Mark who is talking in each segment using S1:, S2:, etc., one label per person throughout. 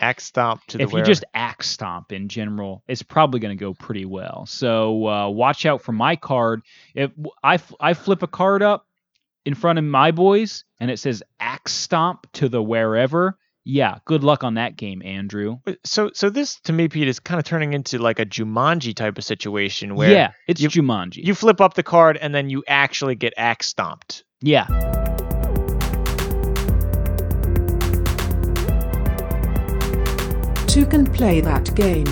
S1: axe stomp to the
S2: if you
S1: wearer.
S2: just axe stomp in general, it's probably going to go pretty well. So uh, watch out for my card. If I, f- I flip a card up in front of my boys and it says axe stomp to the wherever, yeah, good luck on that game, Andrew.
S1: But- so so this to me, Pete, is kind of turning into like a Jumanji type of situation where
S2: yeah, it's
S1: you-
S2: Jumanji.
S1: you flip up the card and then you actually get axe stomped.
S2: yeah.
S3: Two can play that game.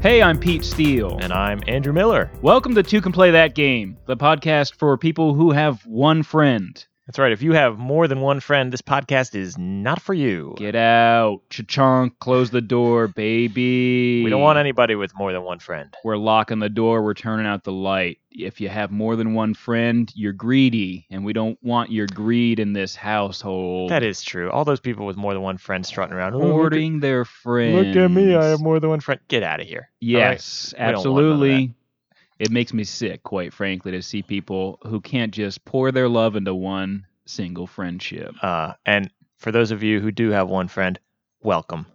S2: Hey, I'm Pete Steele.
S1: And I'm Andrew Miller.
S2: Welcome to Two Can Play That Game, the podcast for people who have one friend.
S1: That's right. If you have more than one friend, this podcast is not for you.
S2: Get out, cha-chunk, close the door, baby.
S1: We don't want anybody with more than one friend.
S2: We're locking the door. We're turning out the light. If you have more than one friend, you're greedy, and we don't want your greed in this household.
S1: That is true. All those people with more than one friend strutting around. "Oh, look at-
S2: hoarding their
S1: Look
S2: friends.
S1: at me. I have more than one friend. Get out of here. All right?
S2: Yes,
S1: We don't want none of
S2: absolutely. It makes me sick, quite frankly, to see people who can't just pour their love into one single friendship.
S1: Uh, and for those of you who do have one friend, welcome.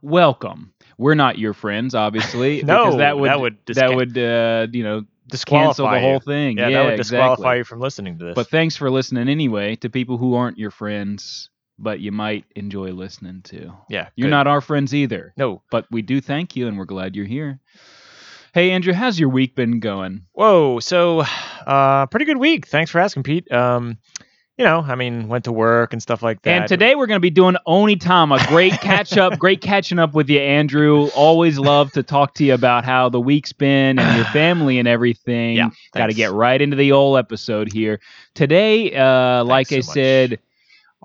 S2: Welcome. We're not your friends, obviously.
S1: No,
S2: because that would
S1: that would
S2: that
S1: disca-
S2: would uh, you know cancel
S1: Disqualify
S2: the
S1: you.
S2: whole thing.
S1: Yeah, that would disqualify
S2: exactly.
S1: you from listening to this.
S2: But thanks for listening anyway to people who aren't your friends, but you might enjoy listening to.
S1: yeah,
S2: You're
S1: good.
S2: not our friends either,
S1: No.
S2: but we do thank you and we're glad you're here. Hey, Andrew, how's your week been going?
S1: Whoa. So, uh, pretty good week. Thanks for asking, Pete. Um, you know, I mean, went to work and stuff like that.
S2: and today we're going to be doing Onitama. Great catch up. great catching up with you, Andrew. Always love to talk to you about how the week's been and your family and everything.
S1: Yeah,
S2: Got to
S1: thanks.
S2: get right into the old episode here. Today, uh, like I
S1: so much.
S2: said,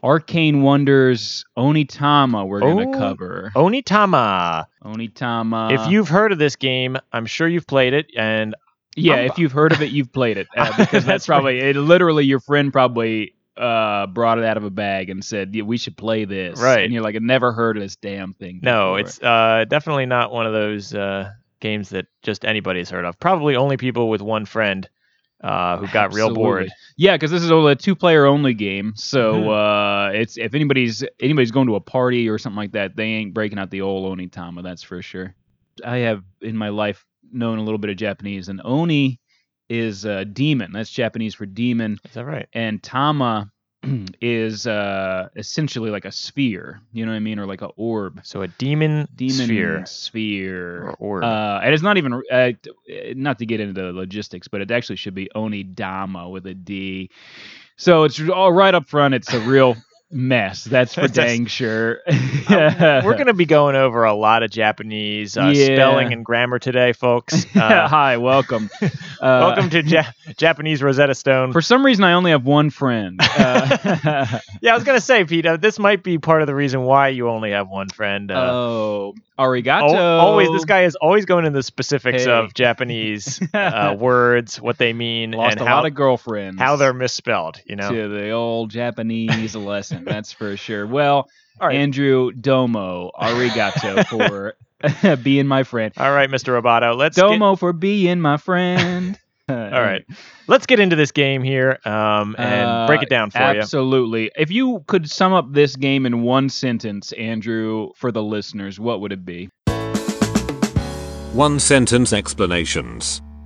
S2: Arcane Wonders Onitama we're going
S1: Oh.
S2: to cover.
S1: Onitama.
S2: Onitama.
S1: if you've heard of this game, I'm sure you've played it, and
S2: yeah,
S1: I'm-
S2: if you've heard of it, you've played it uh, because that's
S1: That's
S2: probably it. Literally, your friend probably uh, brought it out of a bag and said, "Yeah, we should play this."
S1: Right.
S2: and you're like, "I never heard of this damn thing."
S1: no,
S2: before."
S1: it's uh, definitely not one of those uh, games that just anybody's heard of. Probably only people with one friend uh, who got real bored.
S2: Absolutely. Yeah, because this is only a two-player only game, so
S1: Mm-hmm.
S2: uh, it's if anybody's anybody's going to a party or something like that, they ain't breaking out the old oni tama. That's for sure. I have in my life known a little bit of Japanese, and oni is uh, demon. That's Japanese for demon.
S1: Is that right?
S2: and tama is uh essentially like a sphere you know what i mean or like a orb
S1: So a demon,
S2: demon
S1: sphere
S2: sphere
S1: or orb.
S2: uh and it's not even uh, t- not to get into the logistics but it actually should be onidama with a d so it's all right up front it's a real mess that's for
S1: That's- Uh,
S2: dang sure
S1: We're going to be going over a lot of Japanese uh,
S2: Yeah.
S1: spelling and grammar today, folks. Uh,
S2: hi welcome uh,
S1: welcome to ja- Japanese Rosetta Stone.
S2: for some reason i only have one friend uh,
S1: yeah, I was going to say, Pete, uh, this might be part of the reason why you only have one friend. Uh,
S2: oh
S1: al-
S2: arigato
S1: always, this guy is always going into the specifics
S2: Hey.
S1: of Japanese uh, words, what they mean,
S2: lost
S1: and
S2: a
S1: how,
S2: lot of girlfriends.
S1: how they're misspelled. You know,
S2: to the old Japanese lesson, that's for sure. Well,
S1: All right.
S2: Andrew Domo, arigato for being my friend.
S1: All right, Mr. Roboto, let's get,
S2: Domo for being my friend.
S1: all right, let's get into this game here um, and
S2: Uh,
S1: break it down for
S2: Absolutely. If you could sum up this game in one sentence, Andrew, for the listeners, what would it be?
S4: One sentence explanations.
S1: you.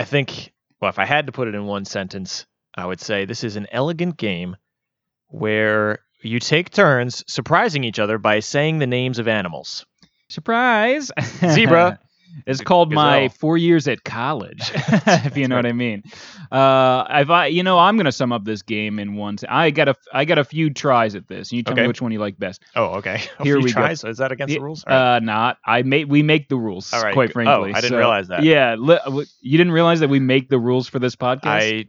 S1: I think, well, if I had to put it in one sentence, I would say this is an elegant game where you take turns surprising each other by saying the names of animals.
S2: Surprise!
S1: Zebra.
S2: It's called my
S1: Gazelle.
S2: four years at college, if you know what I mean. Uh, if I, you know, I'm gonna sum up this game in one. se- I got a, I got a few tries at this, and you tell me
S1: Okay.
S2: which one you like best.
S1: Oh, okay. A
S2: Here
S1: few
S2: we go.
S1: tries? So is that against the
S2: Yeah,
S1: rules? All right.
S2: Uh, not. I made. We make the rules.
S1: All right,
S2: Quite
S1: good. Oh,
S2: frankly.
S1: I didn't
S2: So-
S1: realize that.
S2: Yeah. Li- w- you didn't realize that we make the rules for this podcast.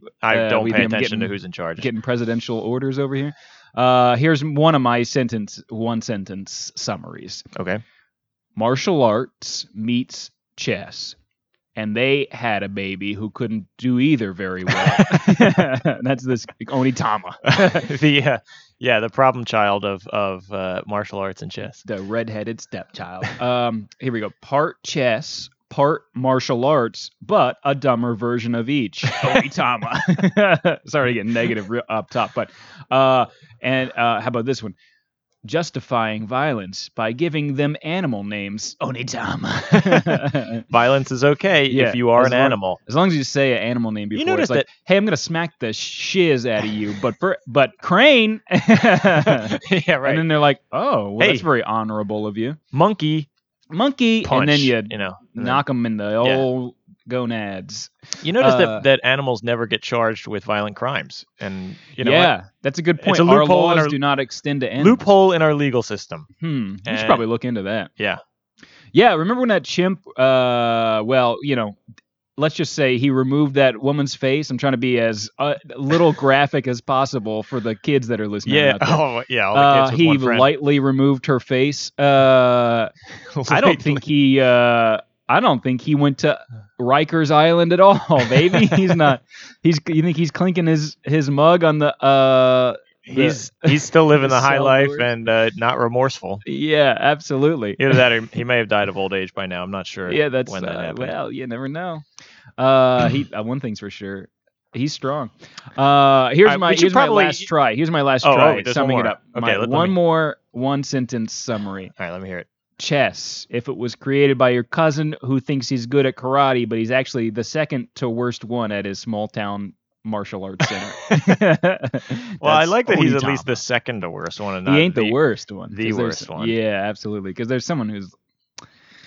S1: I I
S2: uh,
S1: don't
S2: we've
S1: pay
S2: been
S1: attention to
S2: getting-
S1: who's in charge.
S2: Getting presidential orders over here. Uh, here's one of my sentence, one sentence summaries.
S1: okay.
S2: martial arts meets chess. And they had a baby who couldn't do either very well. That's this Onitama,
S1: the uh, yeah, the problem child of of uh, martial arts and chess.
S2: the redheaded stepchild. Um, here we go. Part chess, part martial arts, but a dumber version of each. Onitama. Sorry to get negative real up top, but uh, and uh, how about this one? justifying violence by giving them animal names. Onitama.
S1: Violence is okay
S2: Yeah,
S1: if you are
S2: as
S1: an
S2: long-
S1: animal.
S2: as long as you say an animal name
S1: You
S2: before,
S1: notice
S2: it's like, hey, I'm gonna smack the shiz out of you, but for but crane.
S1: yeah, right.
S2: And then they're like, oh, well, that's
S1: Hey.
S2: very honorable of you,
S1: Monkey
S2: monkey.
S1: punch.
S2: And then you
S1: you know. and then-
S2: knock them in the
S1: Yeah.
S2: old gonads.
S1: You notice
S2: uh,
S1: that that animals never get charged with violent crimes, and you know what?
S2: yeah, that's a good
S1: It's
S2: point.
S1: a
S2: our
S1: loophole in
S2: laws
S1: our-
S2: do not extend to animals.
S1: loophole in our legal system.
S2: Hmm. We should
S1: And-
S2: probably look into that.
S1: Yeah.
S2: Yeah. Remember when that chimp? Uh. Well, you know, let's just say he removed that woman's face. I'm trying to be as uh, little graphic as possible for the kids that are listening.
S1: Yeah.
S2: out there.
S1: Oh, yeah. All the
S2: Uh,
S1: kids with
S2: he
S1: one friend.
S2: lightly removed her face. Uh, I don't think he. Uh, I don't think he went to Rikers Island at all, baby. He's not. He's. You think he's clinking his his mug on the uh
S1: he's he's still living
S2: the
S1: the high
S2: cell
S1: life
S2: doors.
S1: and uh, not remorseful.
S2: Yeah, absolutely.
S1: Either that, or he may have died of old age by now. I'm not sure.
S2: Yeah, that's
S1: when that
S2: uh,
S1: happened.
S2: well, you never know. Uh, he uh, one thing's for sure, he's strong. Uh, here's
S1: Alright,
S2: my
S1: we should
S2: here's
S1: probably-
S2: my last try. Here's my last
S1: Oh, oh,
S2: try.
S1: there's one
S2: summing it
S1: more.
S2: up.
S1: Okay,
S2: My
S1: let- let
S2: one
S1: me-
S2: more one sentence summary.
S1: All right, let me hear it.
S2: Chess. If it was created by your cousin who thinks he's good at karate, but he's actually the second to worst one at his small town martial arts center.
S1: Well, I
S2: That's
S1: like that he's at
S2: Onitama.
S1: least the second to worst one, and
S2: He
S1: not
S2: ain't the, worst one.
S1: the
S2: 'cause there's-
S1: worst one.
S2: Yeah, absolutely. Because there's someone who's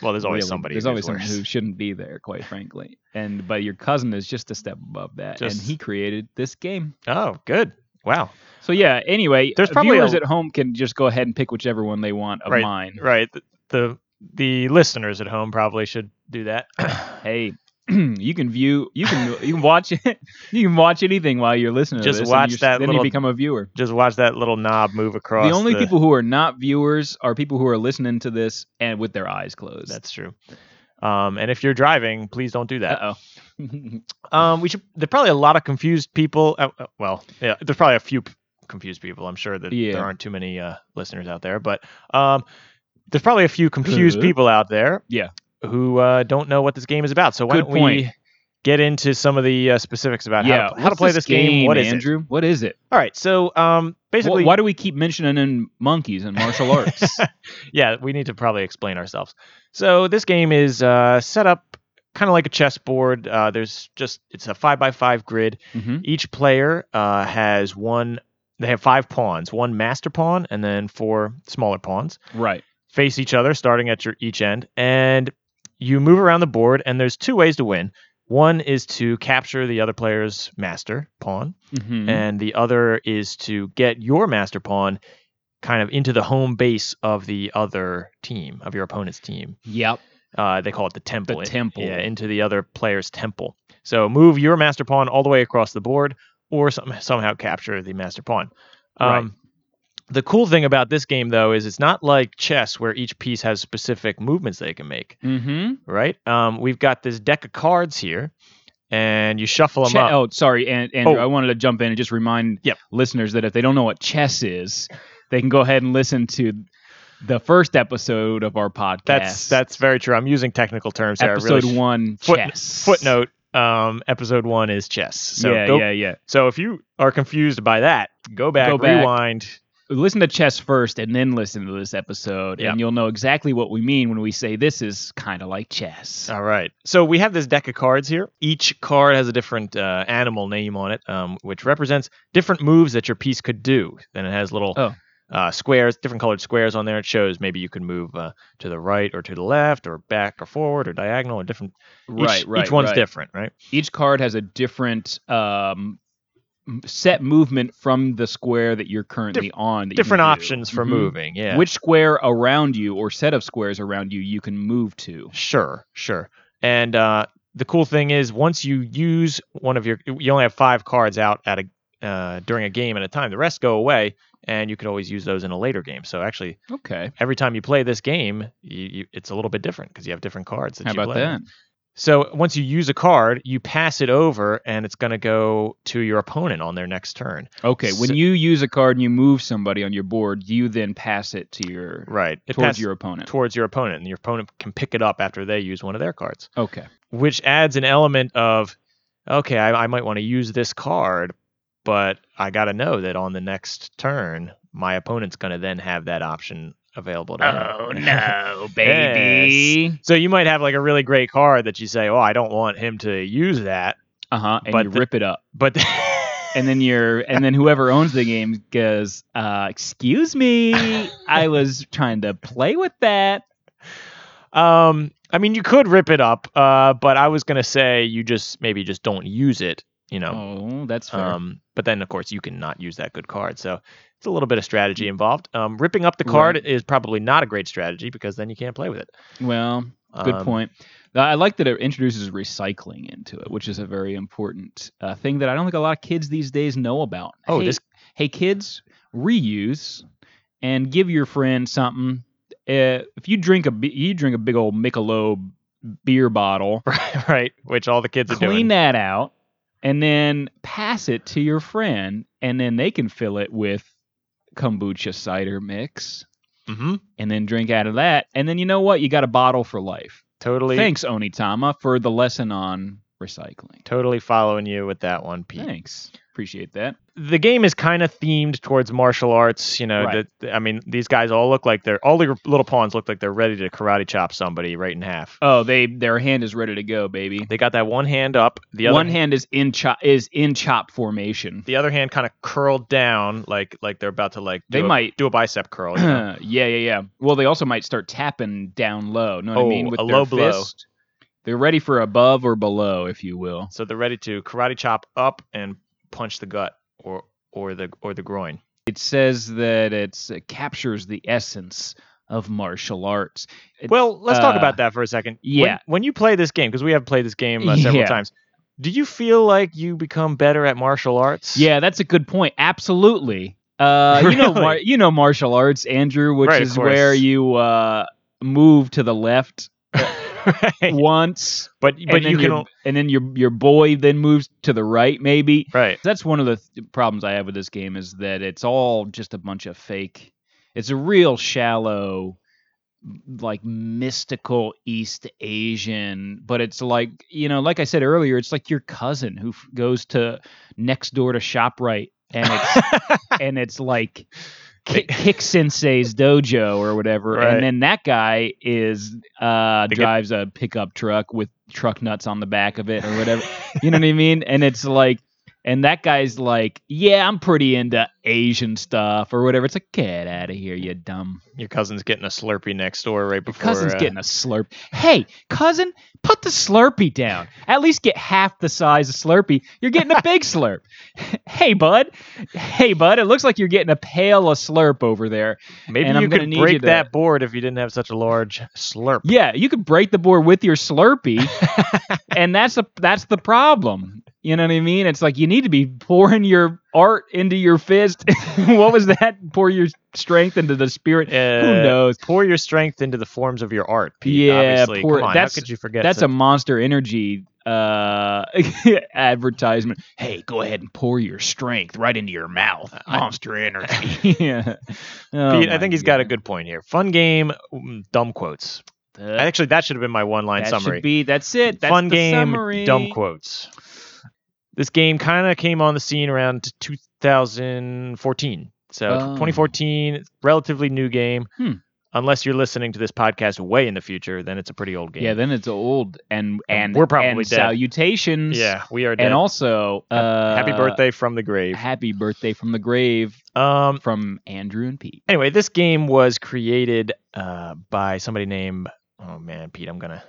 S1: Well, there's always
S2: really,
S1: somebody.
S2: There's
S1: who's
S2: always someone
S1: worse.
S2: who shouldn't be there, quite frankly. And but your cousin is just a step above that, and
S1: Just-
S2: he created this game.
S1: Oh, good. Wow.
S2: So yeah. Anyway,
S1: There's probably
S2: viewers
S1: a-
S2: at home can just go ahead and pick whichever one they want of
S1: Right.
S2: mine.
S1: Right. th- The the listeners at home probably should do that.
S2: Hey. You can view, you can, you can watch it, you can watch anything while you're listening.
S1: Just
S2: to this, and
S1: watch
S2: you're-
S1: that
S2: Then
S1: little
S2: you become a viewer.
S1: Just watch that little knob move across.
S2: The only people who are not viewers are people who are listening to this and with their eyes closed.
S1: That's true. Um, and if you're driving, please don't do that.
S2: uh oh.
S1: Um, we should. There's probably a lot of confused people. Uh, uh, well, yeah, there's probably a few p- confused people. I'm sure that
S2: Yeah.
S1: there aren't too many uh, listeners out there, but um, there's probably a few confused
S2: Uh-huh.
S1: people out there.
S2: Yeah.
S1: Who uh, don't know what this game is about. So why
S2: Good
S1: don't we
S2: point.
S1: get into some of the uh, specifics about
S2: yeah,
S1: how, to, how to
S2: what's
S1: play this game? What is
S2: Andrew? What is it?
S1: it? All right. So um, basically,
S2: Wh- why do we keep mentioning in monkeys and martial arts?
S1: yeah, we need to probably explain ourselves. So this game is uh, set up kind of like a chessboard. Uh, there's just it's a five by five grid.
S2: hmm
S1: Each player uh, has one. They have five pawns: one master pawn and then four smaller pawns.
S2: Right.
S1: Face each other, starting at your each end, and you move around the board. And there's two ways to win. One is to capture the other player's master pawn,
S2: Mm-hmm.
S1: and the other is to get your master pawn kind of into the home base of the other team of your opponent's team
S2: yep.
S1: uh, they call it the temple It-
S2: temple.
S1: yeah into the other player's temple so move your master pawn all the way across the board or some, somehow capture the master pawn Um,
S2: Right.
S1: the cool thing about this game though is it's not like chess where each piece has specific movements they can make
S2: Mm-hmm.
S1: right um, we've got this deck of cards here and you shuffle them up
S2: oh, sorry, and Andrew,
S1: Oh.
S2: I wanted to jump in and just remind
S1: Yep.
S2: listeners that if they don't know what chess is, they can go ahead and listen to the first episode of our podcast.
S1: that's that's very true i'm using technical terms here. I really
S2: episode
S1: sh-
S2: one.
S1: Foot-
S2: chess.
S1: footnote um episode one is chess so
S2: yeah,
S1: go,
S2: yeah, yeah.
S1: so if you are confused by that go back,
S2: Go back.
S1: rewind
S2: Listen to chess first, and then listen to this episode,
S1: Yep.
S2: and you'll know exactly what we mean when we say this is kind of like chess.
S1: all right so we have this deck of cards here each card has a different uh, animal name on it um, which represents different moves that your piece could do then it has little
S2: Oh.
S1: uh, squares different colored squares on there it shows maybe you can move uh, to the right or to the left or back or forward or diagonal or different each,
S2: right, right.
S1: each one's
S2: right.
S1: different right
S2: each card has a different um, m- set movement from the square that you're currently on. that you can
S1: different
S2: do.
S1: options for
S2: Mhm.
S1: moving yeah
S2: Which square around you or set of squares around you you can move to.
S1: Sure, sure. And uh, the cool thing is, once you use one of your, you only have five cards out at a uh, during a game at a time. The rest go away, and you can always use those in a later game. So actually,
S2: Okay.
S1: every time you play this game, you, you, it's a little bit different because you have different cards. That
S2: How
S1: you
S2: about
S1: play.
S2: that?
S1: So once you use a card, you pass it over, and it's going to go to your opponent on their next turn.
S2: Okay.
S1: So-
S2: when you use a card and you move somebody on your board, you then pass it to your
S1: Right. It
S2: towards
S1: passes
S2: your opponent.
S1: towards your opponent, and your opponent can pick it up after they use one of their cards.
S2: okay.
S1: which adds an element of okay i, I might want to use this card but I got to know that on the next turn, my opponent's going to then have that option available to them.
S2: Oh no, baby.
S1: So you might have like a really great card that you say, "Oh, I don't want him to use that,"
S2: Uh huh. And
S1: But
S2: you
S1: the-
S2: rip it up,
S1: but
S2: and then you're, and then whoever owns the game goes, uh, "Excuse me, I was trying to play with that."
S1: um, I mean, you could rip it up, uh, but I was going to say you just maybe just don't use it, you know.
S2: Oh, that's fair.
S1: um, but then of course you can not use that good card, so it's a little bit of strategy involved. Um, ripping up the card
S2: Mm. Right.
S1: is probably not a great strategy because then you can't play with it.
S2: well, good
S1: Um,
S2: point. Uh, I like that it introduces recycling into it, which is a very important uh, thing that I don't think a lot of kids these days know about.
S1: Oh,
S2: hey,
S1: this-
S2: hey kids, reuse and give your friend something. Uh, if you drink a bi- you drink a big old Michelob beer bottle,
S1: right? Which all the kids are
S2: clean
S1: doing.
S2: that out, and then pass it to your friend, and then they can fill it with kombucha cider mix,
S1: hmm
S2: and then drink out of that. And then you know what? You got a bottle for life.
S1: Totally,
S2: Thanks, Onitama, for the lesson on recycling.
S1: totally following you with that one, Pete.
S2: Thanks, appreciate that.
S1: the game is kind of themed towards martial arts. You know,
S2: Right.
S1: that I mean, these guys all look like they're all their little pawns look like they're ready to karate chop somebody right in half.
S2: Oh, they their hand is ready to go, baby.
S1: They got that one hand up, the other
S2: One hand is in chop is in chop formation.
S1: the other hand kind of curled down, like like they're about to like do
S2: They
S1: a-
S2: might-
S1: do a bicep curl. you know?
S2: yeah, yeah, yeah. Well, they also might start tapping down low. Know what I
S1: Oh,
S2: mean? With
S1: a
S2: their
S1: low blow.
S2: fist. They're ready for above or below, if you will.
S1: so they're ready to karate chop up and punch the gut or or the or the groin.
S2: It says that it's, it captures the essence of martial arts. It-
S1: Well, let's talk
S2: uh,
S1: about that for a second. When-
S2: yeah.
S1: When, you play this game, because we have played this game uh, several
S2: Yeah.
S1: times, do you feel like you become better at martial arts?
S2: Yeah, that's a good point. Absolutely. Uh, You know, mar-
S1: Really?
S2: you know martial arts, Andrew, which
S1: Right, of
S2: is where
S1: course.
S2: you uh, move to the left
S1: Right.
S2: once,
S1: But but
S2: and then
S1: you can
S2: your-
S1: al-
S2: and then your your boy then moves to the right, maybe.
S1: right.
S2: That's one of the th- problems I have with this game is that it's all just a bunch of fake. It's a real shallow, like mystical East Asian, but it's like you know, like I said earlier, it's like your cousin who f- goes to next door to Shoprite and it's and it's like Ki- Kick Sensei's dojo or whatever,
S1: Right.
S2: and then that guy is uh
S1: They get-
S2: drives a pickup truck with truck nuts on the back of it or whatever. You know what I mean? And it's like, and that guy's like, yeah, I'm pretty into Asian stuff or whatever. It's like, get out of here, you dumb.
S1: Your cousin's getting a Slurpee next door right
S2: Your
S1: before.
S2: cousin's
S1: uh,
S2: getting a slurp. Hey, cousin, put the Slurpee down. At least get half the size of Slurpee. You're getting a big slurp. hey, bud. Hey, bud. It looks like you're getting a pail of slurp over there.
S1: Maybe
S2: and
S1: you
S2: I'm gonna
S1: could
S2: need you
S1: break
S2: to-
S1: that board if you didn't have such a large slurp.
S2: Yeah, you could break the board with your Slurpee, and that's the that's the problem. You know what I mean? It's like you need to be pouring your art into your fist. what was that? Pour your strength into the spirit. Who
S1: Uh,
S2: knows?
S1: Pour your strength into the forms of your art, Pete.
S2: Yeah,
S1: obviously.
S2: pour-
S1: Come on,
S2: that's-
S1: how could you forget?
S2: That's a
S1: some-
S2: monster energy uh advertisement. Hey, go ahead and pour your strength right into your mouth. Monster energy. yeah. Oh
S1: Pete, I
S2: my
S1: think he's got a
S2: God.
S1: good point here. Fun game, mm, dumb quotes.
S2: That,
S1: Actually, that should have been my one-line
S2: that
S1: summary.
S2: should be that's it. That's
S1: Fun
S2: the
S1: game,
S2: summary.
S1: dumb quotes. This game kind of came on the scene around 2014. So
S2: Oh.
S1: 2014, it's a relatively new game.
S2: Hmm.
S1: Unless you're listening to this podcast way in the future, then it's a pretty old game. Um,
S2: Yeah, then it's old and and
S1: we're probably
S2: and
S1: dead.
S2: salutations.
S1: Yeah, we are dead.
S2: and also uh,
S1: Happy birthday from the grave.
S2: happy birthday from the grave
S1: Um,
S2: from Andrew and Pete.
S1: anyway, this game was created uh, by somebody named. Oh man, Pete, I'm gonna.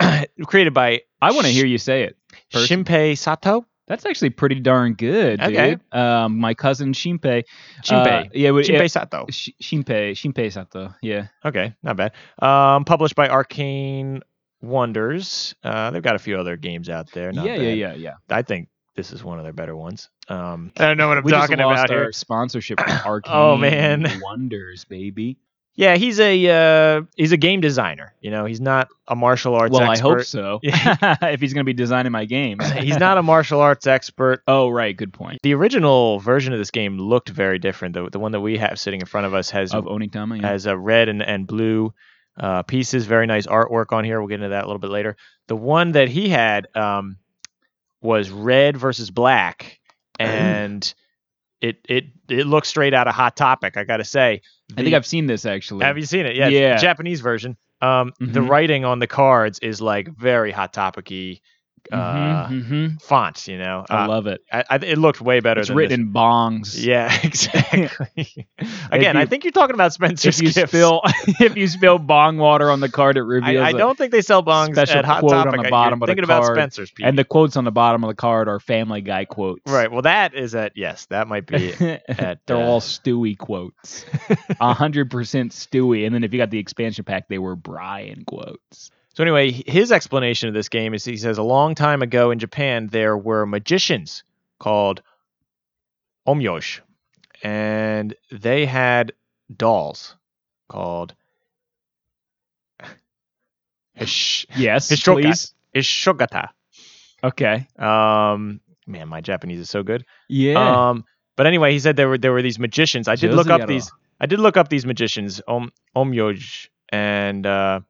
S1: created by
S2: I want to hear you say it. person.
S1: Shinpei Sato.
S2: That's actually pretty darn good, dude.
S1: Okay.
S2: Um, my cousin Shinpei.
S1: Shinpei.
S2: Uh, yeah, but,
S1: Shinpei
S2: yeah,
S1: Sato.
S2: Sh- Shinpei. Shinpei Sato. Yeah.
S1: Okay, not bad. Um, published by Arcane Wonders. Uh, they've got a few other games out there. Not
S2: yeah,
S1: bad.
S2: yeah, yeah, yeah.
S1: I think this is one of their better ones. Um, I don't know what I'm
S2: we
S1: talking
S2: just lost
S1: about
S2: our
S1: here.
S2: sponsorship from Arcane
S1: Oh, man.
S2: Wonders, baby.
S1: Yeah, he's a uh, he's a game designer. You know, he's not a martial arts.
S2: well,
S1: expert.
S2: I hope so. if he's going to be designing my games.
S1: he's not a martial arts expert.
S2: Oh, right. Good point.
S1: The original version of this game looked very different. The the one that we have sitting in front of us has
S2: Of Onitama. Yeah.
S1: has a red and, and blue uh, pieces. Very nice artwork on here. We'll get into that a little bit later. The one that he had um, was red versus black, and it it it looks straight out of Hot Topic. I gotta say.
S2: I think I've seen this actually.
S1: Have you seen it? Yeah, it's
S2: Yeah.
S1: the Japanese version. Um, the
S2: Mhm.
S1: writing on the cards is like very Hot Topicy
S2: Mhm,
S1: uh,
S2: mhm.
S1: font. You know,
S2: I
S1: Uh,
S2: love it.
S1: I, I, it looked way better
S2: It's
S1: than
S2: written in bongs.
S1: This. Yeah, exactly. Again, I
S2: you-
S1: think you're talking about Spencer's
S2: If you
S1: gifts.
S2: spill if you spill bong water on the card, it
S1: I,
S2: reveals.
S1: I
S2: it.
S1: don't think they sell bongs
S2: special
S1: at Hot
S2: quote on
S1: Topic.
S2: the
S1: I- you're
S2: bottom of the
S1: thinking about
S2: card,
S1: Spencer's. Pete.
S2: And the quotes on the bottom of the card are Family Guy quotes.
S1: right. Well, that is at yes. That might be
S2: They're
S1: at,
S2: all
S1: uh,
S2: Stewie quotes. A hundred percent Stewie. And then if you got the expansion pack, they were Brian quotes.
S1: So anyway, h- his explanation of this game is he says a long time ago in Japan there were magicians called omyosh, and they had dolls called hish
S2: Yes,
S1: Hishoka.
S2: please.
S1: hishogata.
S2: Okay.
S1: Um, man, my Japanese is so good.
S2: Yeah.
S1: Um, but anyway, he said there were there were these magicians. I did look up
S2: Josiaro.
S1: these. I did look up these magicians, om omyoj, and uh,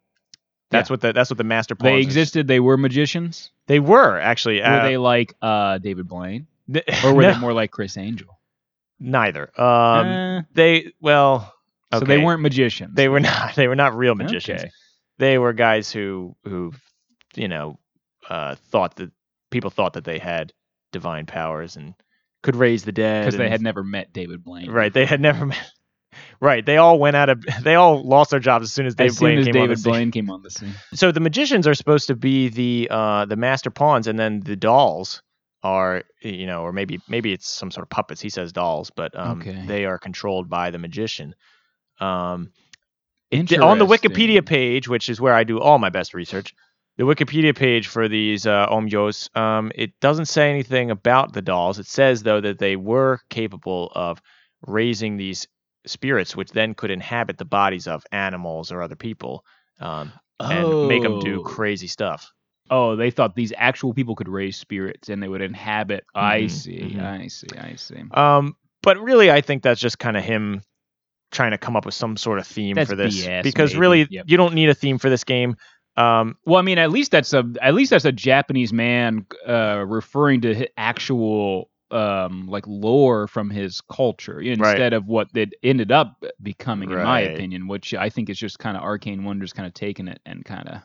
S1: that's
S2: Yeah.
S1: what the that's what the master.
S2: they
S1: pawns is.
S2: existed. They were magicians.
S1: They were actually.
S2: were
S1: uh,
S2: they like uh, David Blaine,
S1: th-
S2: or were
S1: no,
S2: they more like Chris Angel?
S1: neither?
S2: Um,
S1: Um, they well,
S2: so
S1: okay.
S2: they weren't magicians.
S1: They were not. They were not real magicians.
S2: Okay.
S1: They were guys who who, you know, uh, thought that people thought that they had divine powers and could raise the dead
S2: because they
S1: and-
S2: had never met David Blaine.
S1: Right. They had never met. Right. They all went out of. They all lost their jobs as soon as David
S2: as
S1: Blaine
S2: soon as
S1: came on the
S2: David
S1: scene.
S2: Blaine came on the scene.
S1: So the magicians are supposed to be the uh, the master pawns, and then the dolls are you know, or maybe maybe it's some sort of puppets. He says dolls, but um,
S2: Okay.
S1: they are controlled by the magician. Um, d-
S2: Interesting.
S1: on the Wikipedia page, which is where I do all my best research, the Wikipedia page for these uh, omyos, um, it doesn't say anything about the dolls. It says though that they were capable of raising these spirits, which then could inhabit the bodies of animals or other people um, and make them do
S2: Oh.
S1: crazy stuff.
S2: Oh, they thought these actual people could raise spirits and they would inhabit. I
S1: Mhm,
S2: see.
S1: mhm.
S2: I see. I see.
S1: Um, but really, I think that's just kind of him trying to come up with some sort of theme
S2: That's
S1: for this
S2: BS,
S1: because
S2: maybe.
S1: really,
S2: Yep.
S1: you don't need a theme for this game. Um,
S2: Well, I mean, at least that's a at least that's a Japanese man uh, referring to hi- actual um, like lore from his culture instead of what it ended up becoming, in my
S1: Right.
S2: opinion. Which I think is just kind of arcane wonders, kind of taking it and kind of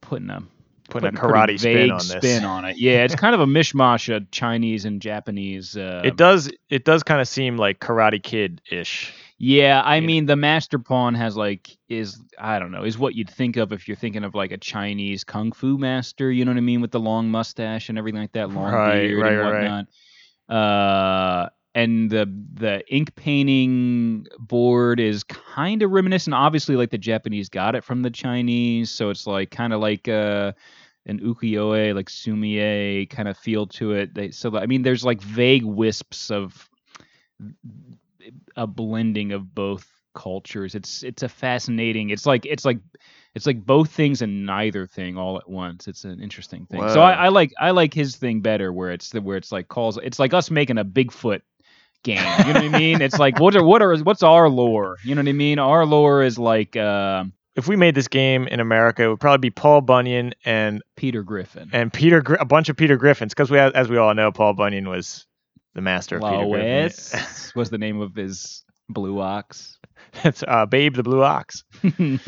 S2: putting a
S1: putting, a
S2: putting
S1: karate spin
S2: vague
S1: on this.
S2: spin on it. Yeah, it's kind of a mishmash of Chinese and Japanese. Uh,
S1: it does it does kind of seem like karate kid ish
S2: Yeah, I
S1: you know.
S2: mean the master pawn has like is I don't know is what you'd think of if you're thinking of like a Chinese kung fu master. You know what I mean with the long mustache and everything like that, long
S1: Right,
S2: beard
S1: right,
S2: and
S1: right, right.
S2: whatnot. Uh, and the the ink painting board is kind of reminiscent. Obviously, like the Japanese got it from the Chinese, so it's like kind of like uh an ukiyo-e like sumie kind of feel to it they so i mean there's like vague wisps of a blending of both cultures it's it's a fascinating it's like it's like it's like both things and neither thing all at once it's an interesting thing so
S1: Whoa.
S2: I, I like i like his thing better where it's the where it's like calls it's like us making a bigfoot game you know what i mean it's like what are what are what's our lore you know what i mean our lore is like uh,
S1: if we made this game in america it would probably be paul bunyan and
S2: peter griffin
S1: and peter Gr- a bunch of peter griffins because we as we all know paul bunyan was the master of peter
S2: Lois
S1: griffin
S2: was the name of his blue ox.
S1: it's uh, babe the blue ox Uh,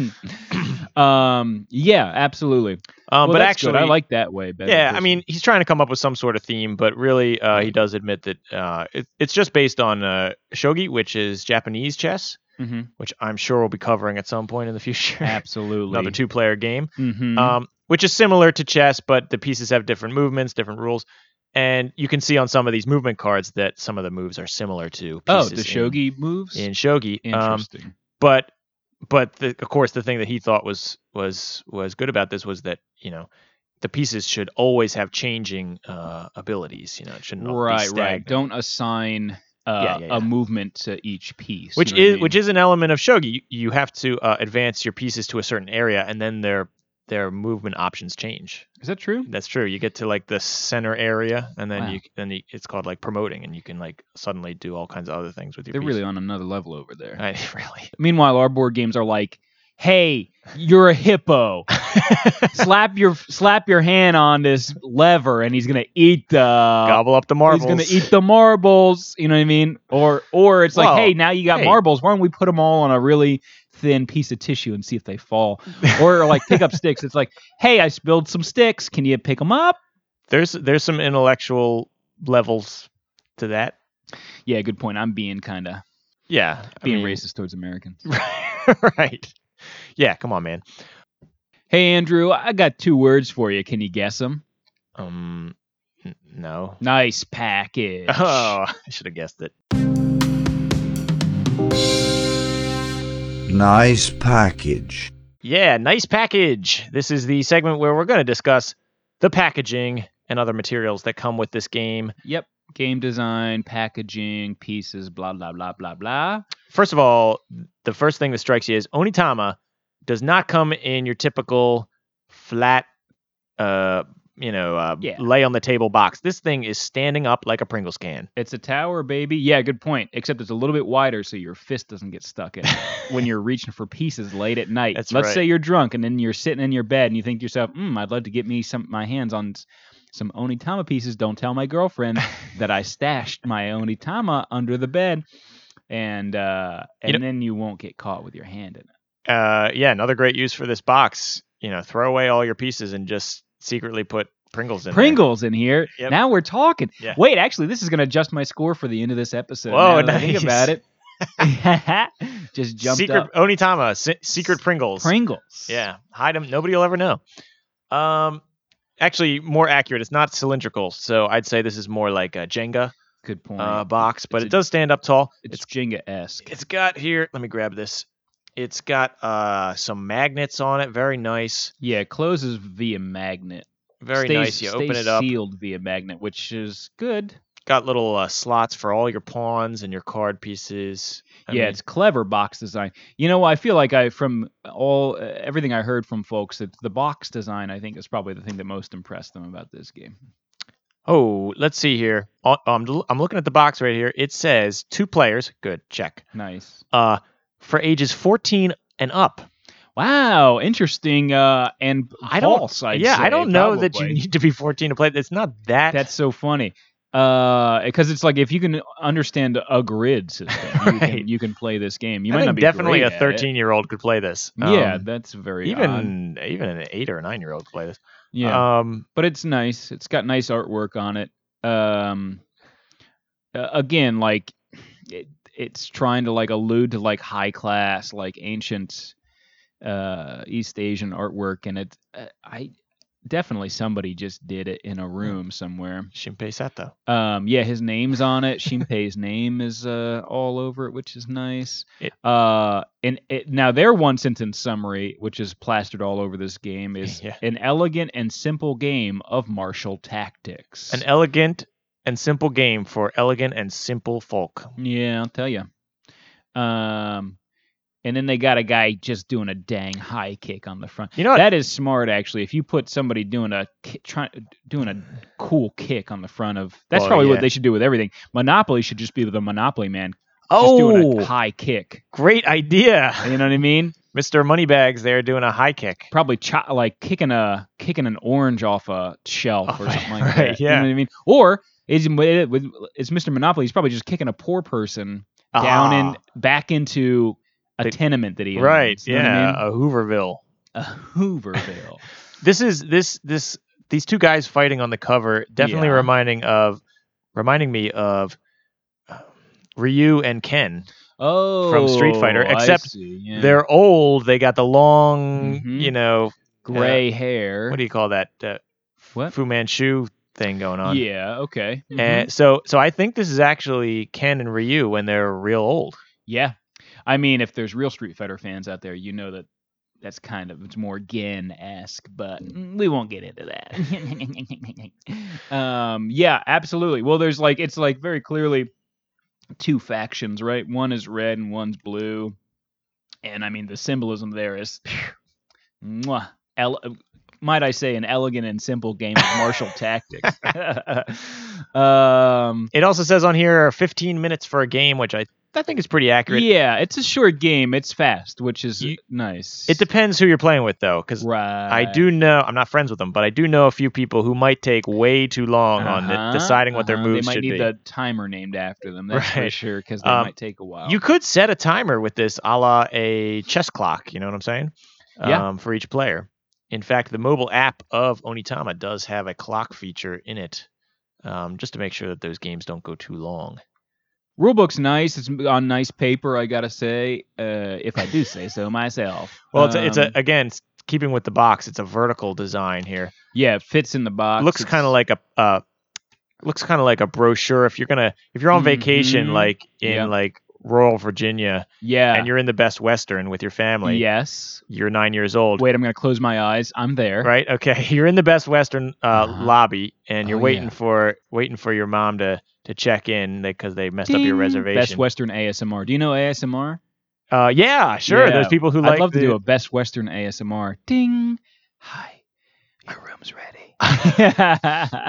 S2: um, yeah, absolutely.
S1: um,
S2: Well,
S1: but
S2: that's
S1: actually
S2: good. I like that way better.
S1: yeah i
S2: personally.
S1: mean he's trying to come up with some sort of theme but really uh, he does admit that uh, it, it's just based on uh, shogi which is japanese chess
S2: Mhm.
S1: which i'm sure we'll be covering at some point in the future
S2: absolutely.
S1: another two-player game
S2: Mhm.
S1: um, which is similar to chess, but the pieces have different movements, different rules. And you can see on some of these movement cards that some of the moves are similar to
S2: oh,
S1: pieces
S2: the shogi moves.
S1: in, in shogi. Um,
S2: Interesting.
S1: but but the, of course, the thing that he thought was was was good about this was that you know the pieces should always have changing uh, abilities. You know, it shouldn't all be
S2: right, right.
S1: stagnant.
S2: Don't assign uh,
S1: Yeah, yeah, yeah.
S2: a movement to each piece.
S1: Which
S2: you know what I
S1: is
S2: mean?
S1: which is an element of shogi. You, you have to uh, advance your pieces to a certain area, and then their their movement options change.
S2: is that true?
S1: That's true. You get to like the center area, and then
S2: Wow.
S1: you then you, it's called like promoting, and you can like suddenly do all kinds of other things with your.
S2: They're
S1: piece.
S2: really on another level over there.
S1: I, really.
S2: Meanwhile, our board games are like "Hey, you're a hippo. slap your slap your hand on this lever, and he's gonna eat the
S1: Gobble up the marbles.
S2: Uh, He's gonna eat the marbles. You know what I mean? Or or it's
S1: Well,
S2: like, hey, now you got
S1: hey.
S2: marbles. Why don't we put them all on a really thin piece of tissue and see if they fall? Or like pick up sticks. It's like, hey, I spilled some sticks. Can you pick them up?
S1: There's there's some intellectual levels to that.
S2: Yeah, good point. I'm being kind of
S1: Yeah, I
S2: being
S1: mean-
S2: racist towards Americans.
S1: right. Yeah, come on, man.
S2: Hey, Andrew, I got two words for you. Can you guess them?
S1: Um, n- no.
S2: Nice package.
S1: Oh, I should have guessed it.
S5: Nice package.
S1: Yeah, nice package. This is the segment where we're going to discuss the packaging and other materials that come with this game.
S2: Yep. Game design, packaging, pieces, blah blah blah blah blah.
S1: First of all, the first thing that strikes you is Onitama does not come in your typical flat, uh, you know, uh,
S2: Yeah.
S1: lay on the table box. This thing is standing up like a Pringles can.
S2: It's a tower, baby. Yeah, good point. Except it's a little bit wider, so your fist doesn't get stuck in it when you're reaching for pieces late at night.
S1: That's
S2: Let's
S1: right.
S2: say you're drunk and then you're sitting in your bed and you think to yourself, "Hmm, I'd love to get me some my hands on s- some onitama pieces." Don't tell my girlfriend that I stashed my onitama under the bed, and uh,
S1: You
S2: and
S1: know-
S2: then you won't get caught with your hand in it.
S1: uh, yeah, another great use for this box. You know, throw away all your pieces and just secretly put Pringles in. there.
S2: Pringles in here.
S1: Yep.
S2: Now we're talking.
S1: Yeah.
S2: Wait, actually, this is going to adjust my score for the end of this episode.
S1: Whoa,
S2: now that I think
S1: nice.
S2: about it. Just jumped
S1: secret
S2: up.
S1: Onitama, se- secret Pringles.
S2: Pringles.
S1: Yeah, hide them. Nobody will ever know. Um, actually, more accurate. It's not cylindrical, so I'd say this is more like a Jenga
S2: Good point.
S1: uh, box, but
S2: It's
S1: it
S2: a-
S1: does stand up tall.
S2: it's Jenga esque.
S1: It's got here. Let me grab this. It's got uh some magnets on it. Very nice.
S2: Yeah, it closes via magnet.
S1: Very
S2: Stays-
S1: nice. You open
S2: stays
S1: it up.
S2: Sealed via magnet, which is good.
S1: Got little uh, slots for all your pawns and your card pieces. I
S2: yeah,
S1: mean,
S2: it's clever box design. You know, I feel like I from all uh, everything I heard from folks, it's the box design. I think is probably the thing that most impressed them about this game.
S1: Oh, let's see here. Uh, I'm, l- I'm looking at the box right here. It says two players. Good, check.
S2: Nice.
S1: Uh, for ages 14 and up.
S2: Wow, interesting. Uh, and
S1: I don't.
S2: false, I'd
S1: yeah, I
S2: say,
S1: don't know that you
S2: probably.
S1: need to be 14 to play. It's not that.
S2: That's so funny. Uh, because it's like if you can understand a grid system, you,
S1: Right.
S2: can, you can play this game. You
S1: I
S2: might
S1: think
S2: not be
S1: definitely
S2: great
S1: a
S2: at it.
S1: 13 year old could play this.
S2: Yeah,
S1: Um,
S2: that's very
S1: even
S2: odd.
S1: even an eight or a nine year old could play this.
S2: yeah.
S1: Um,
S2: but it's nice. It's got nice artwork on it. Um, uh, again, like it, it's trying to like allude to like high class, like ancient uh East Asian artwork, and it uh, I definitely somebody just did it in a room somewhere.
S1: Shinpei Sato.
S2: Um, yeah, his name's on it. Shinpei's name is uh, all over it, which is nice.
S1: It-
S2: uh, and it, now their one sentence summary, which is plastered all over this game, is
S1: Yeah.
S2: an elegant and simple game of martial tactics.
S1: An elegant and simple game for elegant and simple folk.
S2: yeah, I'll tell you. Um, and then they got a guy just doing a dang high kick on the front.
S1: You know what?
S2: That is smart, actually. If you put somebody doing a ki- try, doing a cool kick on the front of, that's
S1: Well,
S2: probably
S1: yeah.
S2: what they should do with everything. Monopoly should just be the Monopoly man. just doing a
S1: oh,
S2: high kick.
S1: great idea.
S2: You know what I mean?
S1: Mr. Moneybags there doing a high kick.
S2: Probably cho- like kicking a kicking an orange off a shelf
S1: Oh,
S2: or something like
S1: right,
S2: that. You
S1: yeah.
S2: know what I mean? Or is it- with it's Mr. Monopoly? He's probably just kicking a poor person down
S1: Ah,
S2: in back into a
S1: The-
S2: tenement that he owns.
S1: right.
S2: You know what
S1: Yeah,
S2: I mean?
S1: a Hooverville.
S2: a Hooverville.
S1: This is this this these two guys fighting on the cover definitely
S2: Yeah.
S1: reminding of reminding me of um, Ryu and Ken.
S2: Oh,
S1: Street Fighter,
S2: I
S1: except
S2: see, yeah.
S1: They're old. They got the long,
S2: Mhm.
S1: you know,
S2: gray hair.
S1: what do you call that uh,
S2: What?
S1: Fu Manchu thing going on?
S2: Yeah. Okay. Mhm.
S1: And so so I think this is actually Ken and Ryu when they're real old.
S2: Yeah. I mean, if there's real Street Fighter fans out there, you know that that's kind of it's more Gen esque, but we won't get into that. um, yeah, absolutely. Well, there's like it's like very clearly two factions, right? One is red and one's blue, and I mean the symbolism there is, mwah, ele- might I say, an elegant and simple game of martial tactics. um,
S1: It also says on here 15 minutes for a game, which I I think it's pretty accurate.
S2: Yeah, it's a short game. It's fast, which is
S1: You-
S2: nice.
S1: It depends who you're playing with though, because
S2: Right.
S1: I do know I'm not friends with them, but I do know a few people who might take way too long on
S2: Uh-huh,
S1: the, deciding what their
S2: uh-huh.
S1: moves
S2: They might
S1: should
S2: need
S1: be.
S2: the timer named after them. That's for
S1: Right.
S2: sure, because they
S1: Um,
S2: might take a while.
S1: You could set a timer with this, a la a chess clock. You know what I'm saying?
S2: Yeah.
S1: Um, for each player. In fact, the mobile app of Onitama does have a clock feature in it, um, just to make sure that those games don't go too long.
S2: Rulebook's nice. It's on nice paper. I gotta say, uh, if I do say so myself.
S1: Well, it's a, it's a
S2: Um,
S1: again, it's keeping with the box. It's a vertical design here.
S2: yeah, it fits in the box.
S1: looks
S2: It's-
S1: kind of like a uh, looks kind of like a brochure. If you're gonna if you're on vacation
S2: Mhm.
S1: like in
S2: Yep.
S1: like rural Virginia
S2: yeah.
S1: and you're in the Best Western with your family,
S2: yes.
S1: you're nine years old,
S2: Wait, I'm gonna close my eyes. I'm there.
S1: right? Okay, you're in the Best Western uh,
S2: Uh-huh.
S1: lobby and you're
S2: Oh,
S1: waiting
S2: yeah.
S1: for waiting for your mom to to check in because they messed up your
S2: Ding.
S1: reservation.
S2: Best Western ASMR. Do you know ASMR?
S1: uh, yeah, sure.
S2: Yeah.
S1: Those people who
S2: I'd
S1: like
S2: love to
S1: the-
S2: do a Best Western ASMR. Ding. Hi. Your room's ready.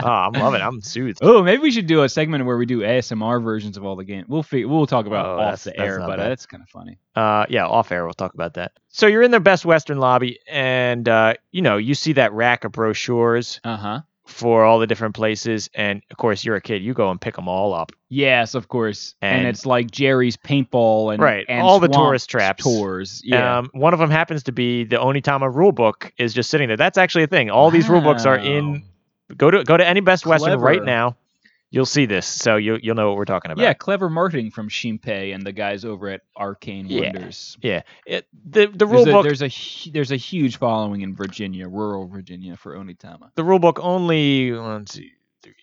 S1: Oh, I'm loving. it. I'm soothed.
S2: Oh, maybe we should do a segment where we do ASMR versions of all the games. We'll fi- we'll talk about
S1: Oh,
S2: off
S1: that's-
S2: the
S1: that's
S2: air,
S1: not
S2: but uh,
S1: bad.
S2: that's kind of funny.
S1: uh yeah off air we'll talk about that so you're in the best western lobby and uh you know you see that rack of brochures
S2: Uh huh.
S1: for all the different places and of course you're a kid you go and pick them all up
S2: Yes, of course. And,
S1: And-
S2: it's like Jerry's paintball and
S1: Right,
S2: and
S1: all the
S2: Swamp's
S1: tourist traps.
S2: tours. Yeah.
S1: um one of them happens to be the onitama rule book is just sitting there that's actually a thing all these rule books are in go to go to any best western right
S2: Clever.
S1: now you'll see this so you you'll know what we're talking about
S2: Yeah, clever marketing from Shinpei and the guys over at Arcane
S1: Yeah.
S2: Wonders.
S1: It- the the rule
S2: There's a,
S1: book
S2: there's a hu- there's a huge following in Virginia, rural Virginia, for Onitama.
S1: the rule book only one, two, three,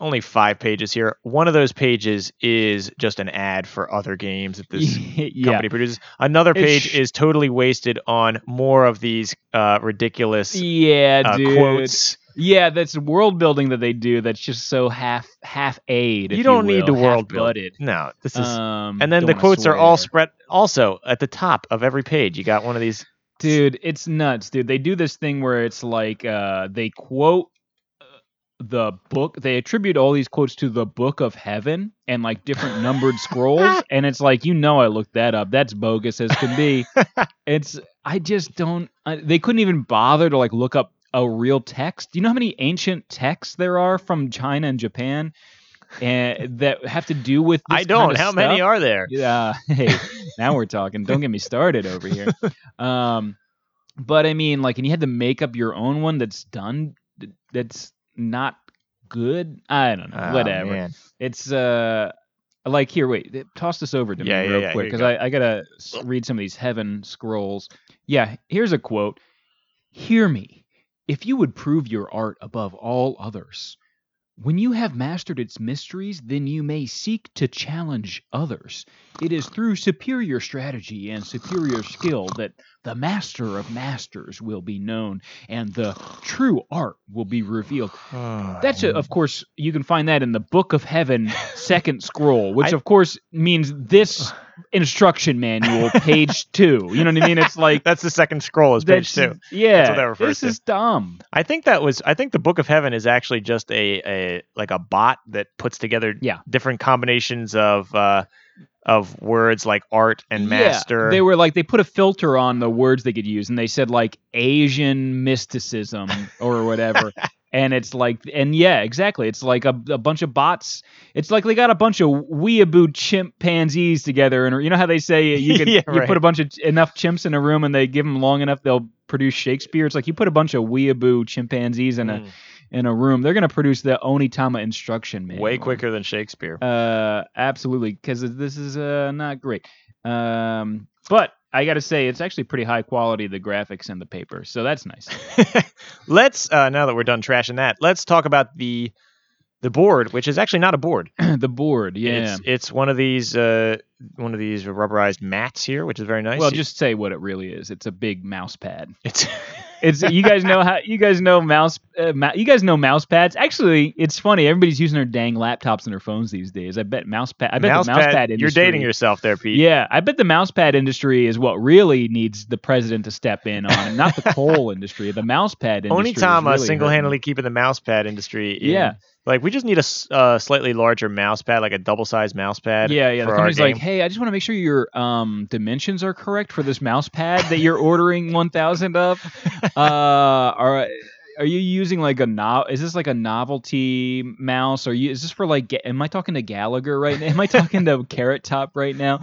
S1: only five pages here. One of those pages is just an ad for other games that this
S2: yeah,
S1: company produces. Another
S2: It's
S1: page
S2: sh-
S1: is totally wasted on more of these uh, ridiculous
S2: yeah,
S1: uh,
S2: dude.
S1: quotes.
S2: Yeah, that's world building that they do. That's just so half half aid.
S1: You don't need the world build.
S2: builded.
S1: No, this is.
S2: Um,
S1: and then
S2: don't
S1: the
S2: wanna
S1: quotes are all
S2: swear.
S1: spread also at the top of every page. You got one of these.
S2: dude it's nuts dude they do this thing where it's like uh they quote uh, the book they attribute all these quotes to the book of heaven and like different numbered scrolls and it's like you know i looked that up that's bogus as can be it's i just don't I, they couldn't even bother to like look up a real text do you know how many ancient texts there are from china and japan and that have to do with this
S1: I don't.
S2: kind of
S1: How many
S2: stuff?
S1: are there?
S2: Yeah. Hey, now we're talking. Don't get me started over here. Um, but I mean, like, and you had to make up your own one that's done that's not good. I don't know.
S1: Ah,
S2: Whatever.
S1: man.
S2: It's uh, like here. Wait, th- toss this over to
S1: Yeah,
S2: me
S1: yeah,
S2: real
S1: yeah, here
S2: quick
S1: you
S2: because
S1: go.
S2: I I gotta s- read some of these heaven scrolls. Yeah, here's a quote. Hear me. If you would prove your art above all others, when you have mastered its mysteries, then you may seek to challenge others. It is through superior strategy and superior skill that the master of masters will be known and the true art will be revealed. That's, a, of course, you can find that in the Book of Heaven, second scroll, which,
S1: I-
S2: of course, means this instruction manual, page two. You know what I mean? It's like.
S1: That's the second scroll is page two.
S2: that's- Yeah,
S1: that refers
S2: this
S1: to.
S2: is dumb.
S1: I think that was. I think the Book of Heaven is actually just a, a like a bot that puts together
S2: Yeah.
S1: different combinations of uh, of words like art and
S2: Yeah,
S1: master.
S2: they were like they put a filter on the words they could use, and they said like Asian mysticism or whatever. and it's like, and yeah, exactly. It's like a, a bunch of bots. It's like they got a bunch of weeaboo chimpanzees together, and you know how they say you can
S1: Yeah,
S2: you
S1: right.
S2: put a bunch of enough chimps in a room, and they give them long enough, they'll produce Shakespeare. It's like you put a bunch of weeaboo chimpanzees in a
S1: Mm,
S2: in a room, they're gonna produce the Onitama instruction manual
S1: way quicker than Shakespeare.
S2: uh absolutely because this is uh not great um but i gotta say it's actually pretty high quality the graphics and the paper so that's nice
S1: let's uh, now that we're done trashing that, let's talk about the the board, which is actually not a board.
S2: the board yeah
S1: It's it's one of these uh, one of these rubberized mats here, which is very nice.
S2: well just say what it really is it's a big mouse pad
S1: it's
S2: it's you guys know how you guys know mouse uh, mou- you guys know mouse pads actually it's funny everybody's using their dang laptops and their phones these days i bet mouse pad i bet
S1: mouse
S2: the mouse pad,
S1: pad. You're
S2: industry-
S1: dating yourself there, Pete.
S2: Yeah, I bet the mouse pad industry is what really needs the president to step in on, not the coal industry. The mouse pad industry. is
S1: Onitama
S2: really
S1: single-handedly keeping the mouse pad industry.
S2: hurting.
S1: in
S2: Yeah,
S1: Like we just need a s- uh, slightly larger mouse pad, like a double-sized mouse pad.
S2: Yeah, yeah. The
S1: For our
S2: company's
S1: game.
S2: like, hey, I just want to make sure your um, dimensions are correct for this mouse pad that you're ordering 1,000 of. Uh, are are you using like a no? Is this like a novelty mouse? Are you? Is this for like? Ga- Am I talking to Gallagher right now? Am I talking to Carrot Top right now?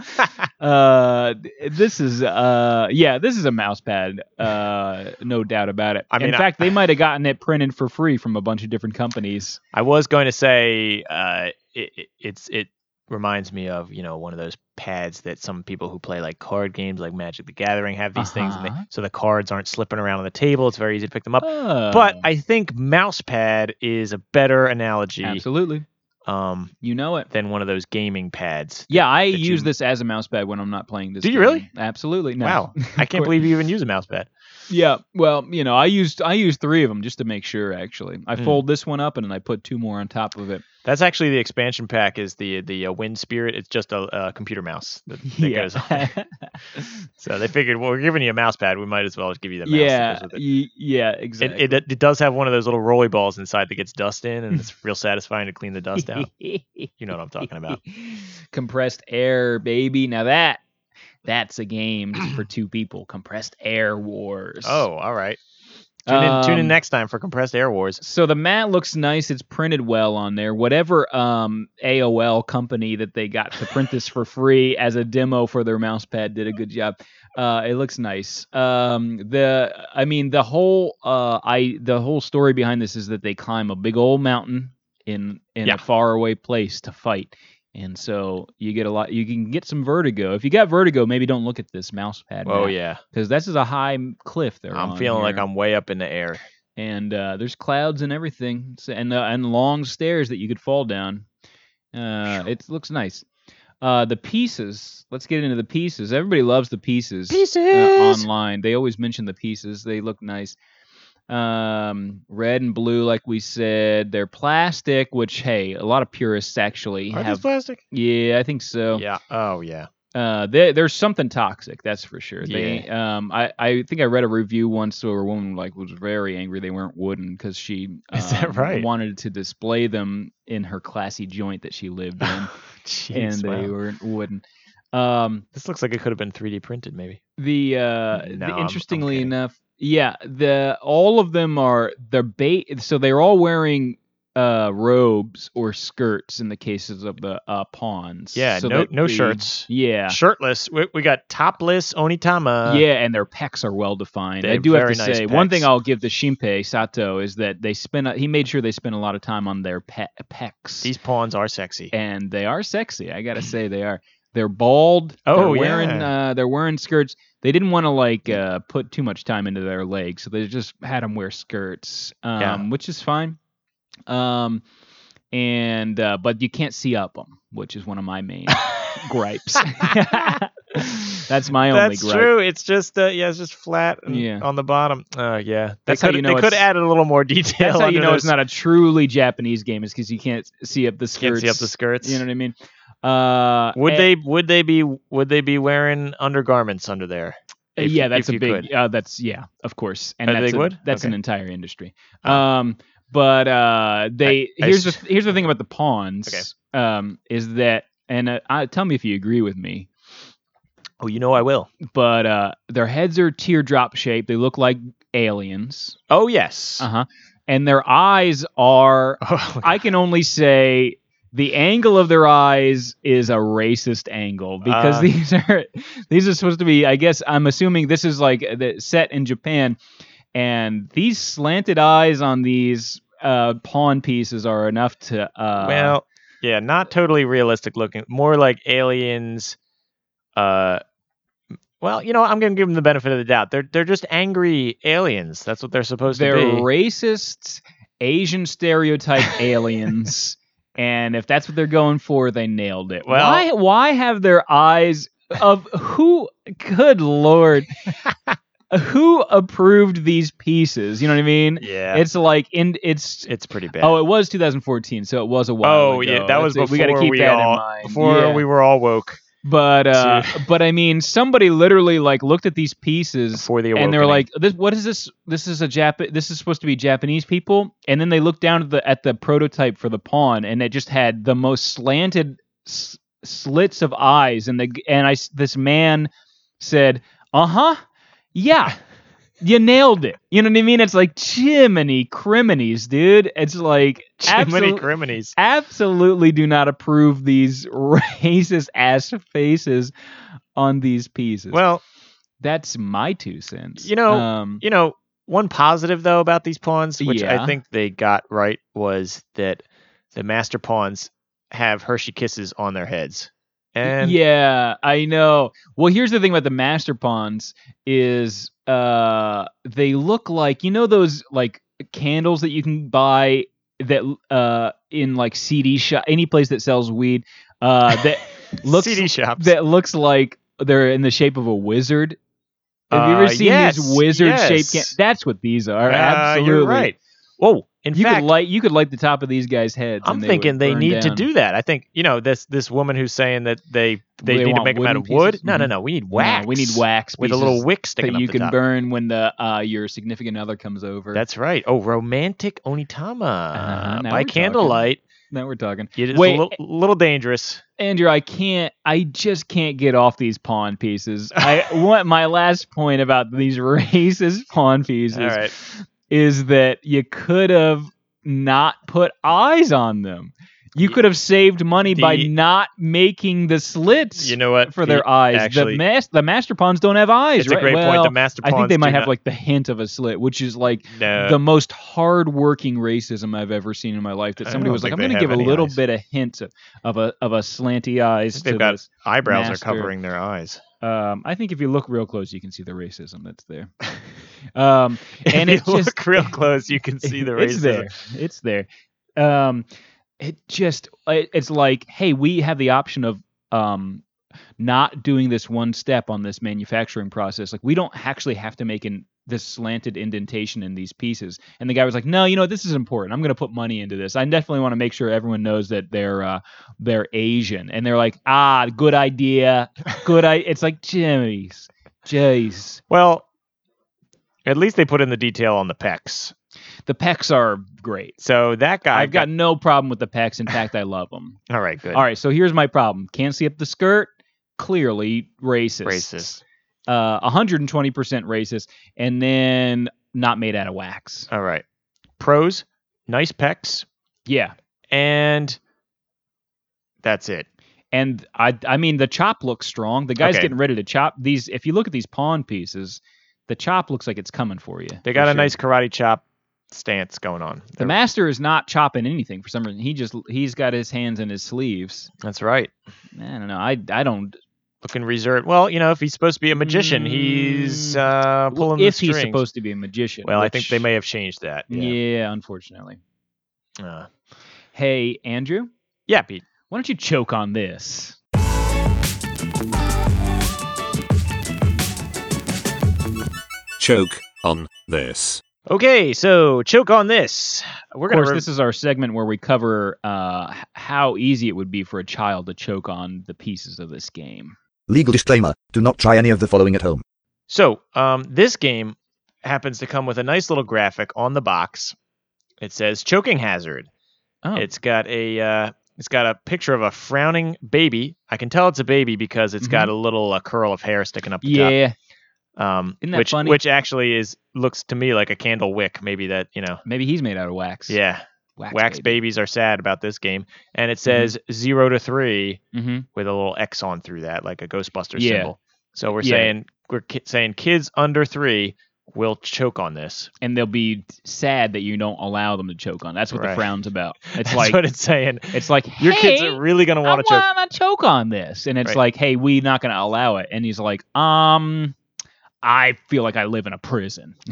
S2: Uh, this is uh, yeah, this is a mouse pad. Uh, no doubt about it.
S1: I mean,
S2: In
S1: I-
S2: fact, they might have gotten it printed for free from a bunch of different companies.
S1: I was going to say uh, it, it, it's it reminds me of you know one of those pads that some people who play like card games like Magic the Gathering have these things, and they,
S2: Uh-huh.
S1: so the cards aren't slipping around on the table. It's very easy to pick them up.
S2: Oh,
S1: But I think mouse pad is a better analogy
S2: absolutely,
S1: um,
S2: you know it.
S1: than one of those gaming pads.
S2: Yeah, I
S1: that
S2: use
S1: you-
S2: this as a mouse pad when I'm not playing this.
S1: Do you
S2: game.
S1: really?
S2: Absolutely. No.
S1: Wow, I can't believe you even use a mouse pad.
S2: Yeah. Well, you know, I used I used three of them just to make sure. Actually, I
S1: Mm.
S2: fold this one up and then I put two more on top of it.
S1: That's actually the expansion pack. Is the the uh, Wind Spirit? It's just a, uh computer mouse that, that goes on. there. So they figured, well, we're giving you a mouse pad. We might as well just give you the mouse. that
S2: yeah.
S1: goes with it.
S2: y- yeah. Exactly.
S1: It, it, it does have one of those little rolly balls inside that gets dust in, and it's real satisfying to clean the dust out. You know what I'm talking about.
S2: Compressed air, baby. Now that that's a game just for two people. Compressed air wars.
S1: Oh, all right. Tune in, tune in
S2: Um,
S1: next time for compressed air wars.
S2: So the mat looks nice. It's printed well on there. Whatever um, AOL company that they got to print this for free as a demo for their mouse pad did a good job. Uh, it looks nice. Um, the I mean the whole uh, I the whole story behind this is that they climb a big old mountain in in
S1: Yeah.
S2: a faraway place to fight. And so you get a lot. You can get some vertigo. If you got vertigo, maybe don't look at this mouse pad.
S1: Oh yeah,
S2: because this is a high m- cliff there.
S1: I'm feeling like I'm way up in the air.
S2: and uh, there's clouds and everything, so, and uh, and long stairs that you could fall down. Uh, it looks nice. Uh, the pieces. Let's get into the pieces. Everybody loves the pieces. Pieces online. They always mention the pieces. They look nice. Um, red and blue, like we said. They're plastic, which hey, a lot of purists actually
S1: Are these
S2: have.
S1: plastic?
S2: Yeah, I think so.
S1: Yeah. Oh yeah.
S2: Uh, there, there's something toxic, that's for sure. They, um, I, I think I read a review once where a woman like was very angry they weren't wooden because she
S1: Is that
S2: um,
S1: right?
S2: wanted to display them in her classy joint that she lived in, and
S1: Jeez,
S2: they
S1: wow.
S2: weren't wooden. Um,
S1: This looks like it could have been 3D printed, maybe.
S2: the, uh,
S1: Mm, No,
S2: the-
S1: I'm- I'm
S2: interestingly
S1: kidding.
S2: enough, yeah, the all of them are they're ba- so they're all wearing uh robes or skirts in the cases of the uh pawns.
S1: Yeah.
S2: So
S1: no
S2: that
S1: no
S2: the-
S1: shirts.
S2: Yeah.
S1: Shirtless. We, we got topless Onitama.
S2: yeah, and their pecs are well defined. I
S1: Uh, they're
S2: do have
S1: very
S2: to
S1: nice
S2: say one thing
S1: pecs.
S2: I'll give the Shinpei Sato is that they spent. A, he made sure they spent a lot of time on their pe- pecs,
S1: These pawns are sexy.
S2: and they are sexy. I gotta say they are. They're bald.
S1: Oh,
S2: they're wearing,
S1: yeah.
S2: Uh, they're wearing skirts. They didn't want to like uh, put too much time into their legs, so they just had them wear skirts, um,
S1: Yeah.
S2: which is fine. Um, and uh, but you can't see up them, which is one of my main gripes. That's my only
S1: That's
S2: gripe.
S1: true. It's just uh, yeah, it's just flat and
S2: Yeah.
S1: on the bottom. Uh, yeah, they
S2: That's how
S1: could-
S2: you know
S1: they could
S2: it's-
S1: add a little more detail.
S2: That's how you
S1: under
S2: know it's
S1: those-
S2: not a truly Japanese game is because you can't see up the skirts.
S1: can't see up the skirts.
S2: You know what I mean? Uh,
S1: would
S2: eh,
S1: they would they be would they be wearing undergarments under there? if-
S2: eh, yeah, that's
S1: if
S2: a
S1: you
S2: big.
S1: could?
S2: Uh, that's yeah, of course, and
S1: Oh,
S2: that's
S1: they
S2: a-
S1: would?
S2: that's an
S1: Okay.
S2: entire industry. Um, but uh, they
S1: I
S2: here's the
S1: s-
S2: here's the thing about the pawns. Um, is that and uh, I, tell me if you agree with me.
S1: Oh, you know I will.
S2: But uh, their heads are teardrop shaped. They look like aliens.
S1: Oh yes.
S2: Uh huh. And their eyes are
S1: Oh,
S2: I can only say the angle of their eyes is a racist angle because
S1: Uh.
S2: these are these are supposed to be. I guess I'm assuming this is like uh, the set in Japan, and these slanted eyes on these uh, pawn pieces are enough to. Uh,
S1: well, yeah, not totally realistic looking. More like aliens. Uh, well, you know, I'm gonna give them the benefit of the doubt. They're they're just angry aliens. That's what they're supposed
S2: they're
S1: to be.
S2: racist Asian stereotype aliens. And if that's what they're going for, they nailed it.
S1: Well-
S2: why why have their eyes of who good lord who approved these pieces? You know what I mean?
S1: yeah, it's
S2: It's like in it's
S1: it's pretty bad.
S2: Oh, it was 2014, so it was a while
S1: oh
S2: ago.
S1: yeah, that was
S2: That's
S1: before
S2: it. we got to keep that
S1: all,
S2: in mind.
S1: Before
S2: Yeah.
S1: we were all woke.
S2: But uh,
S1: So-
S2: but I mean, somebody literally like looked at these pieces
S1: Before the
S2: and they're
S1: awakening.
S2: like, "This what is this? This is a Jap. This is supposed to be Japanese people." And then they looked down at the at the prototype for the pawn, and it just had the most slanted s- slits of eyes. And the and I s- this man said, "Uh huh, yeah." You nailed it. You know what I mean? It's like Jiminy Criminies, dude. It's like
S1: Jiminy
S2: absolute-
S1: Criminies.
S2: absolutely do not approve these racist ass faces on these pieces.
S1: Well,
S2: that's my two cents.
S1: You know,
S2: um,
S1: you know, one positive though about these pawns, which
S2: Yeah.
S1: I think they got right, was that the master pawns have Hershey kisses on their heads. And
S2: yeah, I know. Well, here's the thing about the master pawns is uh they look like you know those like candles that you can buy that uh in like CD shop any place that sells weed uh that looks
S1: CD shops.
S2: that looks like they're in the shape of a wizard. Have you
S1: Uh,
S2: ever seen
S1: yes,
S2: these wizard shaped?
S1: yes.
S2: That's what these are.
S1: Uh,
S2: absolutely,
S1: You're right. Whoa. In
S2: you
S1: fact,
S2: could light you could light the top of these guys' heads.
S1: I'm
S2: and they
S1: thinking
S2: would
S1: they
S2: burn
S1: need to
S2: down.
S1: do that. I think you know this this woman who's saying that they they, need
S2: They
S1: to
S2: want
S1: make them out
S2: wooden
S1: of wood.
S2: pieces?
S1: No, no,
S2: Mhm.
S1: no. We need
S2: No,
S1: wax.
S2: we need wax
S1: with a little
S2: pieces
S1: wick sticking
S2: that
S1: up
S2: you
S1: the
S2: can
S1: top.
S2: burn when the uh, your significant other comes over.
S1: That's right. Oh, romantic onitama
S2: Uh-huh, now we're
S1: by
S2: talking.
S1: candlelight.
S2: now we're talking.
S1: It is
S2: Wait, eh,
S1: a little, little dangerous.
S2: Andrew, I can't. I just can't get off these pawn pieces. I want my last point about these racist pawn pieces
S1: All right.
S2: is that you could have not put eyes on them. You
S1: Y-
S2: could have saved money by
S1: the-
S2: not making the slits
S1: You know what?
S2: for their
S1: The-
S2: eyes.
S1: actually-
S2: the mas- the master pawns don't have eyes.
S1: It's a
S2: right?
S1: great
S2: Well,
S1: point. The master
S2: I
S1: pawns.
S2: think they might
S1: do
S2: have
S1: not-
S2: like the hint of a slit, which is like
S1: no.
S2: the most hardworking racism I've ever seen in my life. That
S1: I
S2: somebody
S1: don't
S2: was like,
S1: think
S2: "I'm
S1: they
S2: going to
S1: have
S2: give a
S1: any
S2: little
S1: eyes.
S2: bit of hint of, of a of a slanty eyes."
S1: They've
S2: to
S1: got
S2: this."
S1: eyebrows
S2: master-
S1: are covering their eyes.
S2: Um, I think if you look real close, you can see the racism that's there. Um, and
S1: if
S2: it
S1: you
S2: just
S1: look real close, you can see the racism.
S2: it's there. It's there. Um, it just it, it's like, hey, we have the option of um not doing this one step on this manufacturing process. Like we don't actually have to make an this slanted indentation in these pieces. And the guy was like, no, you know what? This is important. I'm going to put money into this. I definitely want to make sure everyone knows that they're uh, they're Asian. And they're like, ah, good idea, good I. It's like, jeez, jeez.
S1: Well, at least they put in the detail on the pecs.
S2: The pecs are great.
S1: So that guy.
S2: I've got no problem with the pecs. In fact, I love them.
S1: All right, good.
S2: All right, so here's my problem. Can't see up the skirt. Clearly racist.
S1: Racist.
S2: Uh, 120% racist. And then not made out of wax.
S1: All right. Pros, nice pecs,
S2: Yeah.
S1: and that's it.
S2: And I I mean the chop looks strong. The guy's
S1: Okay.
S2: getting ready to chop these. If you look at these pawn pieces, the chop looks like it's coming for you.
S1: They got
S2: for
S1: a
S2: sure.
S1: nice karate chop stance going on.
S2: The
S1: They're-
S2: master is not chopping anything for some reason. He just he's got his hands in his sleeves.
S1: that's right.
S2: I don't know. I I don't
S1: Looking reserved. Well, you know, if he's supposed to be a magician, he's uh,
S2: Mm, well,
S1: pulling the
S2: if
S1: strings.
S2: he's supposed to be a magician.
S1: well, I think
S2: which-
S1: they may have changed that. Yeah.
S2: yeah, unforately.
S1: Yeah, uh,
S2: Hey, Andrew.
S1: yeah Pete.
S2: Why don't you choke on this?
S4: Choke on this.
S1: Okay, so choke on this. We're
S2: Of
S1: gonna.
S2: course,
S1: re-
S2: this is our segment where we cover uh, h- how easy it would be for a child to choke on the pieces of this game.
S6: Legal disclaimer do not try any of the following at home.
S1: So, um, this game happens to come with a nice little graphic on the box. It says choking hazard.
S2: Oh,
S1: It's got a uh, it's got a picture of a frowning baby. I can tell it's a baby because it's got a little uh, curl of hair sticking up the top.
S2: Mm-hmm. yeah.
S1: Um,
S2: Isn't that
S1: which
S2: funny?
S1: which actually is looks to me like a candle wick. Maybe that you know.
S2: Maybe he's made out of wax.
S1: Yeah,
S2: wax,
S1: wax, babies are sad about this game, and
S2: Mm-hmm.
S1: it says zero to three
S2: hmm
S1: with a little X on through that, like a Ghostbuster
S2: Yeah.
S1: symbol. So we're
S2: Yeah.
S1: saying we're ki- saying kids under three will choke on this.
S2: And they'll be sad that you don't allow them to choke on. That's what
S1: Right.
S2: the frown's about. It's
S1: That's
S2: like
S1: what it's saying.
S2: it's like
S1: Your kids
S2: "Hey,
S1: are really gonna
S2: I
S1: want to choke.
S2: want to choke on this, and it's
S1: Right.
S2: like, hey, we not going to allow it. And he's like, um, I feel like I live in a prison.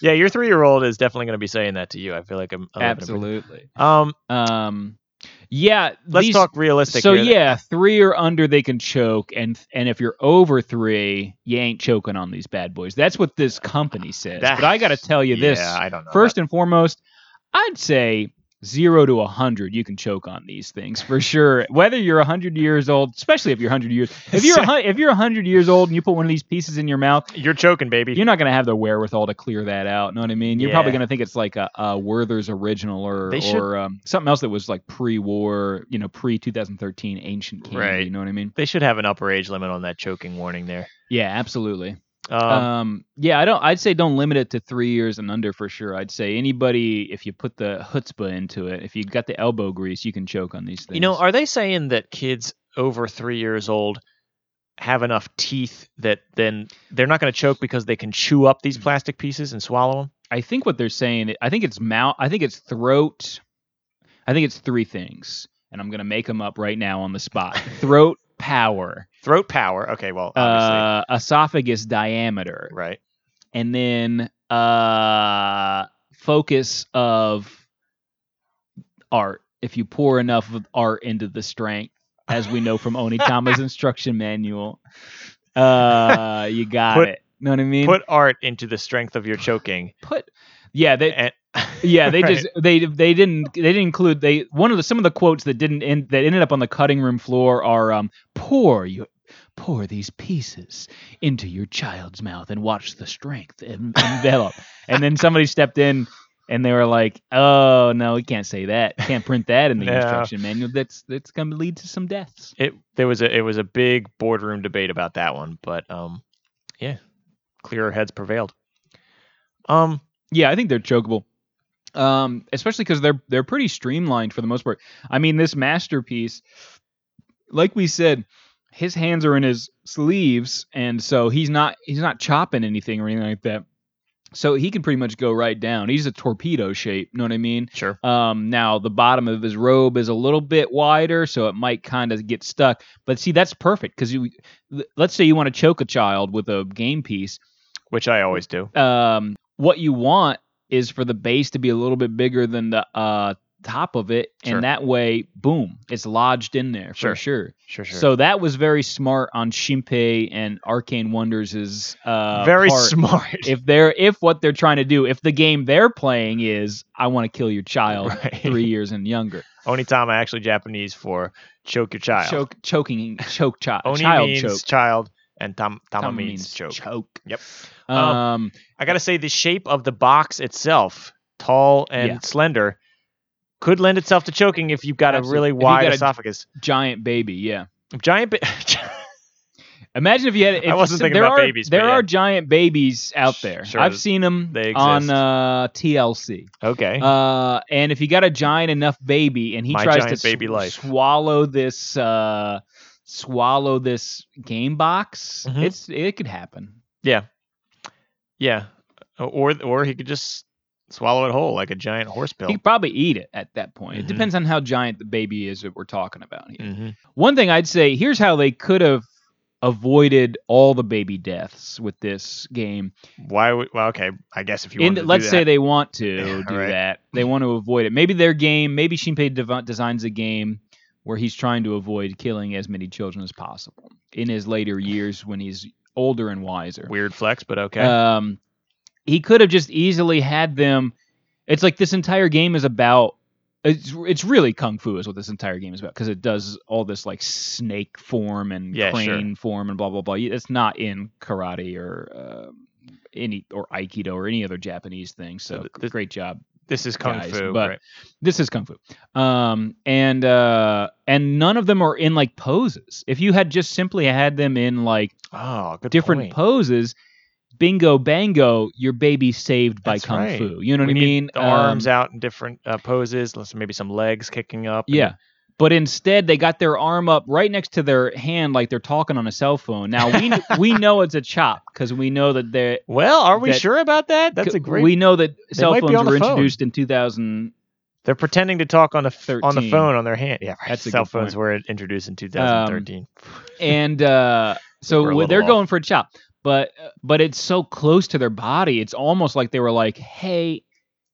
S1: yeah, your three year old is definitely gonna be saying that to you. I feel like I'm, I'm having a-
S2: Absolutely.
S1: Um,
S2: Um, yeah.
S1: let's
S2: these-
S1: talk realistic.
S2: So
S1: here.
S2: yeah, three or under they can choke, and and if you're over three, you ain't choking on these bad boys. That's what
S1: Ah,
S2: this company says.
S1: That-
S2: but I got to tell you this
S1: Yeah, I don't know.
S2: first
S1: about-
S2: and foremost. I'd say zero to a hundred, you can choke on these things for sure. Whether you're a hundred years old, especially if you're hundred years, if you're a hun- if you're hundred years old and you put one of these pieces in your mouth,
S1: You're choking, baby.
S2: you're not gonna have the wherewithal to clear that out. Know what I mean? You're probably
S1: Yeah.
S2: gonna think it's like a, a Werther's original or
S1: They should-
S2: or um, something else that was like pre-war, you know, pre-2013 ancient candy.
S1: Right.
S2: You know what I mean?
S1: they should have an upper age limit on that choking warning there.
S2: Yeah, absolutely.
S1: Um,
S2: Um, yeah, I don't. I'd say don't limit it to three years and under for sure. I'd say anybody, if you put the chutzpah into it, if you got the elbow grease, you can choke on these things.
S1: you know, are they saying that kids over three years old have enough teeth that then they're not going to choke because they can chew up these plastic pieces and swallow them?
S2: I think what they're saying. I think it's mouth. I think it's throat. I think it's three things, and I'm gonna make them up right now on the spot. throat power,
S1: Throat power. Okay, well, obviously,
S2: uh, esophagus diameter,
S1: right.
S2: and then uh, focus of art. If you pour enough of art into the strength, as we know from Onitama's instruction manual, uh, you got
S1: Put-
S2: it. Know what I mean?
S1: Put art into the strength of your choking.
S2: Put- yeah, they
S1: And,
S2: yeah they
S1: Right.
S2: just they they didn't they didn't include they one of the some of the quotes that didn't end that ended up on the cutting room floor are um pour you pour these pieces into your child's mouth and watch the strength en- envelop and then somebody stepped in and they were like oh no we can't say that can't print that in the
S1: No.
S2: instruction manual that's that's going to lead to some deaths
S1: it there was a it was a big boardroom debate about that one, but um, yeah, clearer heads prevailed. Um,
S2: Yeah, I think they're chokeable. Um, especially because they're they're pretty streamlined for the most part. I mean, this masterpiece, like we said, his hands are in his sleeves, and so he's not he's not chopping anything or anything like that. So he can pretty much go right down. He's a torpedo shape, know what I mean?
S1: sure.
S2: Um, now the bottom of his robe is a little bit wider, so it might kind of get stuck. But see, that's perfect because you, let's say you want to choke a child with a game piece
S1: Which I always do.
S2: um, what you want is for the base to be a little bit bigger than the uh, top of it,
S1: Sure.
S2: and that way, boom, it's lodged in there
S1: Sure.
S2: for sure.
S1: Sure, sure.
S2: So that was very smart on Shinpei and Arcane Wonders' uh,
S1: very
S2: part.
S1: smart.
S2: If they're if what they're trying to do, if the game they're playing is I want to kill your child
S1: Right.
S2: three years and younger,
S1: Onitama actually Japanese for choke your child.
S2: choke choking choke chi-
S1: Oni
S2: child
S1: means
S2: choke.
S1: child, and tam, tama,
S2: Tama
S1: means, choke.
S2: choke.
S1: Yep.
S2: um
S1: I gotta say, the shape of the box itself, tall and
S2: Yeah.
S1: slender, could lend itself to choking if you've got
S2: Absolutely.
S1: a really
S2: If you
S1: wide
S2: got a-
S1: esophagus.
S2: giant baby, yeah.
S1: Giant. Ba-
S2: Imagine if you had. If
S1: wasn't
S2: so
S1: thinking
S2: there
S1: about
S2: are,
S1: babies, but
S2: There
S1: yeah.
S2: are giant babies out
S1: Sh-
S2: there.
S1: sure,
S2: I've seen them
S1: they
S2: on
S1: exist.
S2: uh, TLC.
S1: okay.
S2: Uh, and if you got a giant enough baby, and he
S1: My
S2: tries to
S1: giant baby life.
S2: swallow this, uh, swallow this game box,
S1: Mhm.
S2: it's it could happen.
S1: yeah. Or or he could just swallow it whole like a giant horse pill.
S2: He could probably eat it at that point.
S1: Mhm.
S2: It depends on how giant the baby is that we're talking about here.
S1: hmm
S2: One thing I'd say here's how they could have avoided all the baby deaths with this game.
S1: Why would? Well, okay. I guess if you
S2: In,
S1: wanted to do
S2: let's say
S1: that.
S2: they want to
S1: Yeah,
S2: do
S1: right.
S2: that. They want to avoid it. Maybe their game, maybe Shinpei dev- designs a game where he's trying to avoid killing as many children as possible in his later years when he's older and wiser.
S1: weird flex, but okay.
S2: Um, he could have just easily had them. It's like this entire game is about. It's, it's really kung fu is what this entire game is about because it does all this like snake form and
S1: Yeah, sure.
S2: crane form and blah blah blah. It's not in karate or uh, any or aikido or any other Japanese thing. So
S1: th- th-
S2: great job
S1: this is kung
S2: guys,
S1: fu,
S2: but
S1: right?
S2: this is kung fu um and uh and none of them are in like poses if you had just simply had them in like
S1: Oh, good
S2: different
S1: point.
S2: poses bingo bango your baby saved by
S1: That's
S2: kung
S1: right.
S2: fu you know what
S1: we
S2: i
S1: need
S2: mean
S1: The arms
S2: Um,
S1: out in different uh, poses. Let's maybe some legs kicking up. and-
S2: yeah but instead they got their arm up right next to their hand like they're talking on a cell phone now we we know it's a chop because we know that they're
S1: Well, are we
S2: That-
S1: sure about that? That's a great.
S2: we know that cell
S1: might be
S2: phones
S1: on the
S2: were
S1: phone.
S2: introduced in 2000
S1: They're pretending to talk on the f- on the
S2: 13.
S1: phone on their hand. Yeah, right.
S2: That's a
S1: cell
S2: good
S1: phones
S2: point. Um,
S1: were introduced in 2013.
S2: and uh,
S1: We're a
S2: so
S1: little
S2: they're
S1: off.
S2: going for a chop, but but it's so close to their body, it's almost like they were like, "Hey,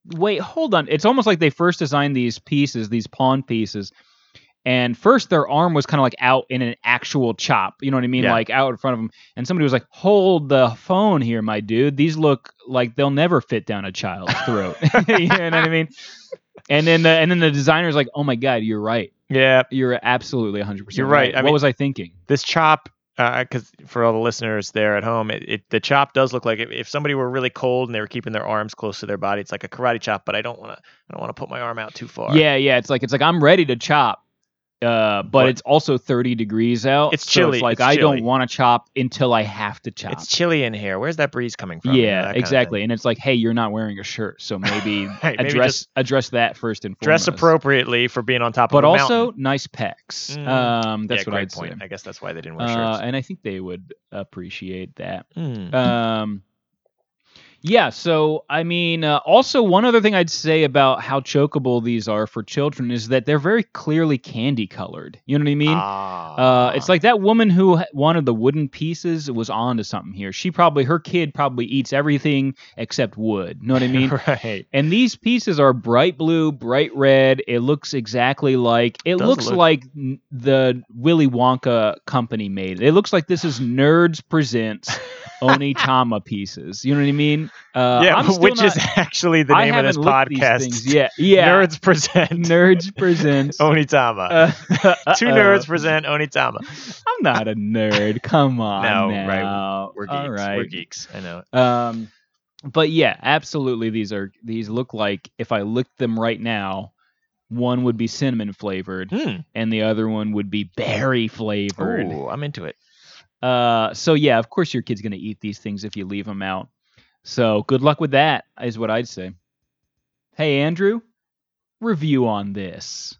S2: wait, hold on." It's almost like they first designed these pieces, these pawn pieces, and first their arm was kind of like out in an actual chop. You know what I mean?
S1: Yeah.
S2: Like out in front of them, and somebody was like, "Hold the phone here, my dude. These look like they'll never fit down a child's throat. you know what I mean? And then the, and then the designer's like, "Oh my god, you're right.
S1: Yeah,
S2: You're absolutely 100%
S1: You're right. I
S2: What
S1: mean-
S2: was I thinking?"
S1: this chop because for all the listeners there at home it, it the chop does look like if, if somebody were really cold and they were keeping their arms close to their body it's like a karate chop but i don't want to i don't want to put my arm out too far
S2: Yeah, yeah. It's like it's like I'm ready to chop, uh, but,
S1: But-
S2: it's also 30 degrees out.
S1: It's
S2: so
S1: chilly,
S2: like
S1: it's
S2: I
S1: chilly.
S2: don't want to chop until I have to chop.
S1: it's chilly in here where's that breeze coming from You know, that
S2: yeah,
S1: kind of
S2: exactly.
S1: thing.
S2: And it's like, hey, you're not wearing a shirt, so maybe
S1: Hey, maybe
S2: address
S1: just
S2: address that first and
S1: dress
S2: foremost.
S1: appropriately for being on top
S2: But
S1: of a
S2: also
S1: mountain.
S2: nice pecs.
S1: Mm.
S2: Um, that's
S1: yeah,
S2: what
S1: great
S2: I'd
S1: point
S2: say.
S1: i guess that's why they didn't wear
S2: Uh,
S1: shirts
S2: and I think they would appreciate that.
S1: Mm.
S2: Um, yeah, so I mean, uh, also one other thing I'd say about how chokeable these are for children is that they're very clearly candy colored. You know what I mean?
S1: Ah.
S2: Uh, it's like that woman who h- wanted the wooden pieces was onto something here. She probably her kid probably eats everything except wood. Know what I mean?
S1: right
S2: And these pieces are bright blue, bright red. It looks exactly like it
S1: Does
S2: looks
S1: look-
S2: like n- the Willy Wonka company made. It It looks like this is Nerds Presents Onitama pieces. You know what I mean? Uh,
S1: yeah
S2: I'm still
S1: which is
S2: not-
S1: actually the
S2: I
S1: name of this
S2: haven't looked these
S1: podcast
S2: things. Yeah, yeah.
S1: nerds present
S2: Nerds Presents.
S1: onitama
S2: Uh,
S1: two
S2: uh-oh.
S1: nerds present onitama
S2: I'm not a nerd. Come on.
S1: No,
S2: now.
S1: right. We're geeks.
S2: All
S1: We're
S2: right.
S1: geeks. I know.
S2: Um, but yeah, absolutely. These are these look like if I licked them right now, one would be cinnamon flavored
S1: Mm.
S2: and the other one would be berry flavored.
S1: Ooh, I'm into it.
S2: Uh, so yeah, of course your kid's gonna eat these things if you leave them out. So good luck with that, is what I'd say. Hey Andrew, review on this.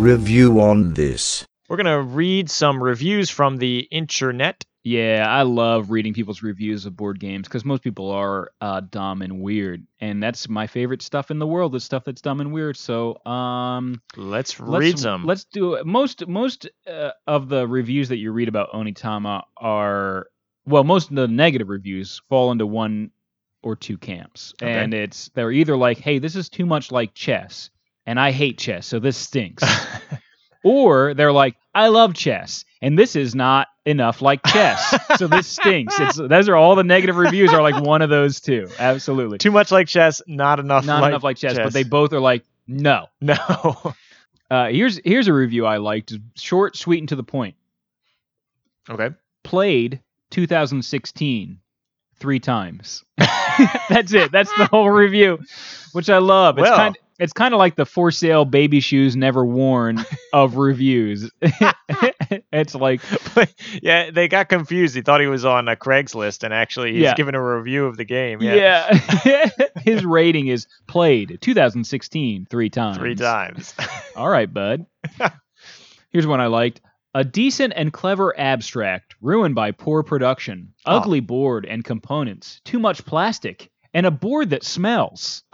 S5: Review on this.
S1: We're gonna read some reviews from the internet.
S2: Yeah, I love reading people's reviews of board games because most people are uh, dumb and weird, and that's my favorite stuff in the world. is stuff that's dumb and weird. So, um,
S1: Let's,
S2: let's,
S1: read some.
S2: Let's do it. most most uh, of the reviews that you read about Onitama are well, most of the negative reviews fall into one or two camps,
S1: Okay.
S2: and it's they're either like, "Hey, this is too much like chess," and I hate chess, so this stinks. or they're like, I love chess, and this is not enough like chess, so this stinks. It's those are all the negative reviews are like one of those two, absolutely.
S1: Too much like chess, not enough.
S2: not
S1: like
S2: enough like chess,
S1: chess.
S2: but they both are like no.
S1: no.
S2: Uh, here's here's a review I liked, short, sweet, and to the point.
S1: okay.
S2: Played 2016 three times. That's it. That's the whole review, which I love. It's
S1: Well.
S2: kind it's kind of like the for sale baby shoes never worn of reviews. it's like
S1: yeah, they got confused. He thought he was on a Craigslist, and actually, he's
S2: Yeah.
S1: giving a review of the game. Yeah.
S2: Yeah. His rating is played 2016 three times.
S1: Three times.
S2: All right, bud. Here's one I liked. A decent and clever abstract, ruined by poor production,
S1: Oh.
S2: ugly board and components, too much plastic, and a board that smells.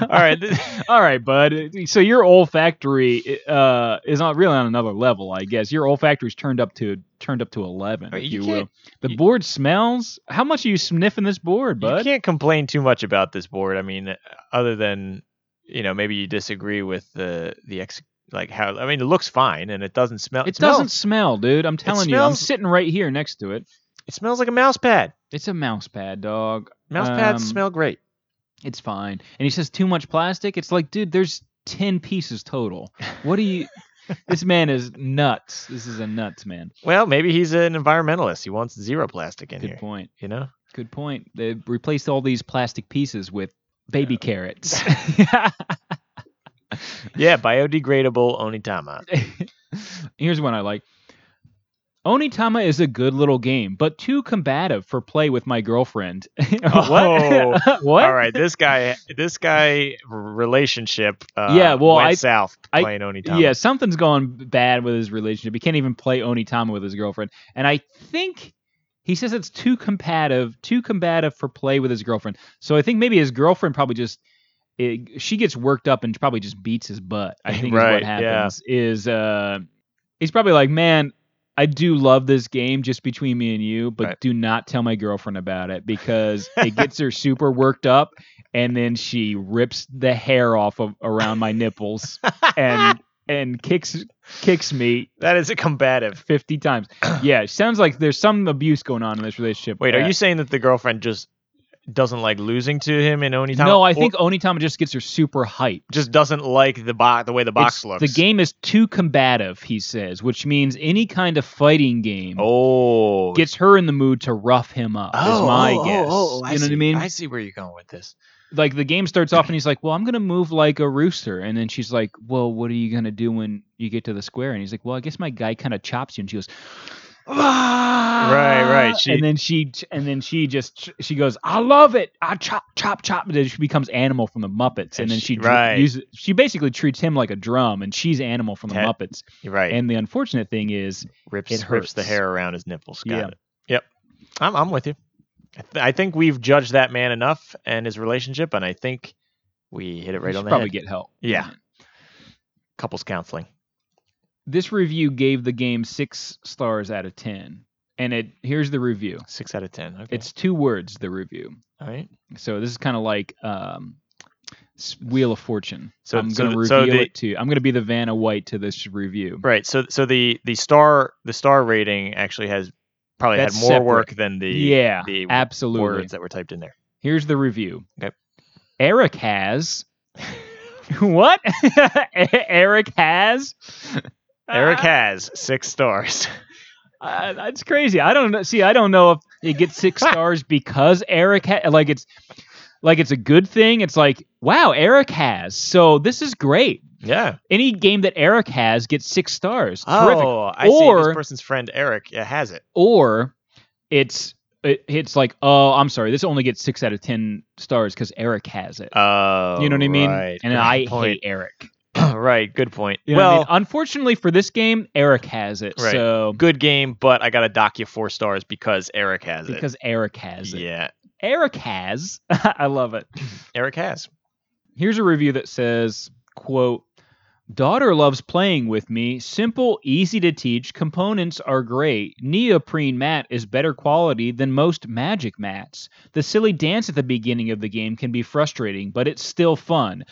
S1: All right. th-
S2: All right, bud. So your olfactory uh, is not really on another level, I guess. Your olfactory's turned up to turned up to eleven,
S1: Right,
S2: if
S1: you
S2: you,
S1: can't-
S2: will. The
S1: you-
S2: board smells. How much are you sniffing this board,
S1: You
S2: bud?
S1: can't complain too much about this board. I mean, other than you know, maybe you disagree with the the ex like how. I mean, it looks fine, and it doesn't smell.
S2: It
S1: smells-
S2: doesn't smell, dude. I'm telling you. I'm
S1: smells-
S2: sitting right here next to it.
S1: It smells like a mouse pad.
S2: It's a mouse pad, dog.
S1: Mouse pads
S2: Um,
S1: smell great.
S2: It's fine. And he says too much plastic. It's like, dude, there's 10 pieces total. What do you This man is nuts. This is a nuts man.
S1: Well, maybe he's an environmentalist. He wants zero plastic in
S2: Good
S1: here.
S2: point.
S1: You know,
S2: Good point. They replaced all these plastic pieces with baby carrots.
S1: yeah, biodegradable onitama.
S2: Here's one I like. Onitama is a good little game, but too combative for play with my girlfriend. what?
S1: Oh.
S2: what?
S1: All right, this guy, this guy relationship. Uh,
S2: Yeah, well,
S1: went
S2: I-
S1: south
S2: I-
S1: playing onitama.
S2: Yeah, something's going bad with his relationship. He can't even play Onitama with his girlfriend. And I think he says it's too combative, too combative for play with his girlfriend. So I think maybe his girlfriend probably just it, she gets worked up and probably just beats his butt. I think is
S1: Right,
S2: what
S1: yeah.
S2: happens is uh he's probably like, "Man, I do love this game just between me and you, but
S1: Right.
S2: do not tell my girlfriend about it because it gets her super worked up and then she rips the hair off of around my nipples and and kicks kicks me
S1: That is a combative.
S2: 50 times. Yeah, it sounds like there's some abuse going on in this relationship.
S1: Wait, are
S2: Uh,
S1: you saying that the girlfriend just doesn't like losing to him in Onitama?
S2: No, I
S1: or
S2: think Onitama just gets her super hype.
S1: just doesn't like the bo- the way the box
S2: It's-
S1: looks.
S2: The game is too combative, he says, which means any kind of fighting game
S1: Oh.
S2: gets her in the mood to rough him up. is my guess. you know what I mean?
S1: oh, I see where you're going with this.
S2: like the game starts off and he's like, "Well, I'm gonna move like a rooster," and then she's like, "Well, what are you gonna do when you get to the square?" And he's like, "Well, I guess my guy kind of chops you," and she goes. Right,
S1: right, she-
S2: and then she, and then she just, she goes, "I love it. I chop, chop, chop." And then she becomes animal from the Muppets, and,
S1: And
S2: then
S1: she-
S2: she, dr-
S1: right.
S2: uses, she basically treats him like a drum, and she's animal from the
S1: Ted-
S2: Muppets.
S1: You're right.
S2: And the unfortunate thing is,
S1: rips
S2: it
S1: rips the
S2: hurts.
S1: hair around his nipples. Got
S2: Yeah.
S1: it. Yep. I'm I'm with you. I, th- I think we've judged that man enough and his relationship, and I think we hit it right
S2: you
S1: on
S2: should
S1: the
S2: probably
S1: head.
S2: get help.
S1: Yeah. Couples counseling.
S2: This review gave the game six stars out of ten, and it here's the review.
S1: Six out of ten. Okay.
S2: It's two words, the review.
S1: all right.
S2: So this is kind of like um, s- Wheel of Fortune.
S1: So-
S2: So I'm
S1: so
S2: going to
S1: th-
S2: reveal
S1: so the-
S2: it to you. I'm going to be the Vanna White to this review.
S1: Right. So so the the star the star rating actually has probably
S2: That's
S1: had more
S2: separate.
S1: work than the
S2: yeah,
S1: the
S2: absolutely.
S1: words that were typed in there.
S2: Here's the review.
S1: Okay.
S2: Eric has. what? E-, Eric has? Ah.
S1: Eric has six stars.
S2: Uh, that's crazy. I don't know. See, I don't know if it gets six stars because Eric ha- like it's like it's a good thing. It's like wow, Eric has. So this is great.
S1: yeah.
S2: Any game that Eric has gets six stars. Terrific.
S1: Oh, I see.
S2: Or-
S1: This person's friend Eric uh, has it.
S2: or it's it, it's like oh i'm sorry this only gets six out of ten stars because eric has it
S1: Oh,
S2: you know what i mean
S1: Right.
S2: and
S1: Good
S2: i
S1: point.
S2: hate eric
S1: right. Good point.
S2: You know what I
S1: well,
S2: mean? unfortunately for this game eric has it
S1: Right.
S2: so
S1: good game, but I gotta dock you four stars because Eric has
S2: because eric has
S1: it.
S2: it
S1: Yeah,
S2: eric has i love it
S1: Eric has.
S2: here's a review that says quote daughter loves playing with me simple easy to teach components are great neoprene mat is better quality than most magic mats the silly dance at the beginning of the game can be frustrating but it's still fun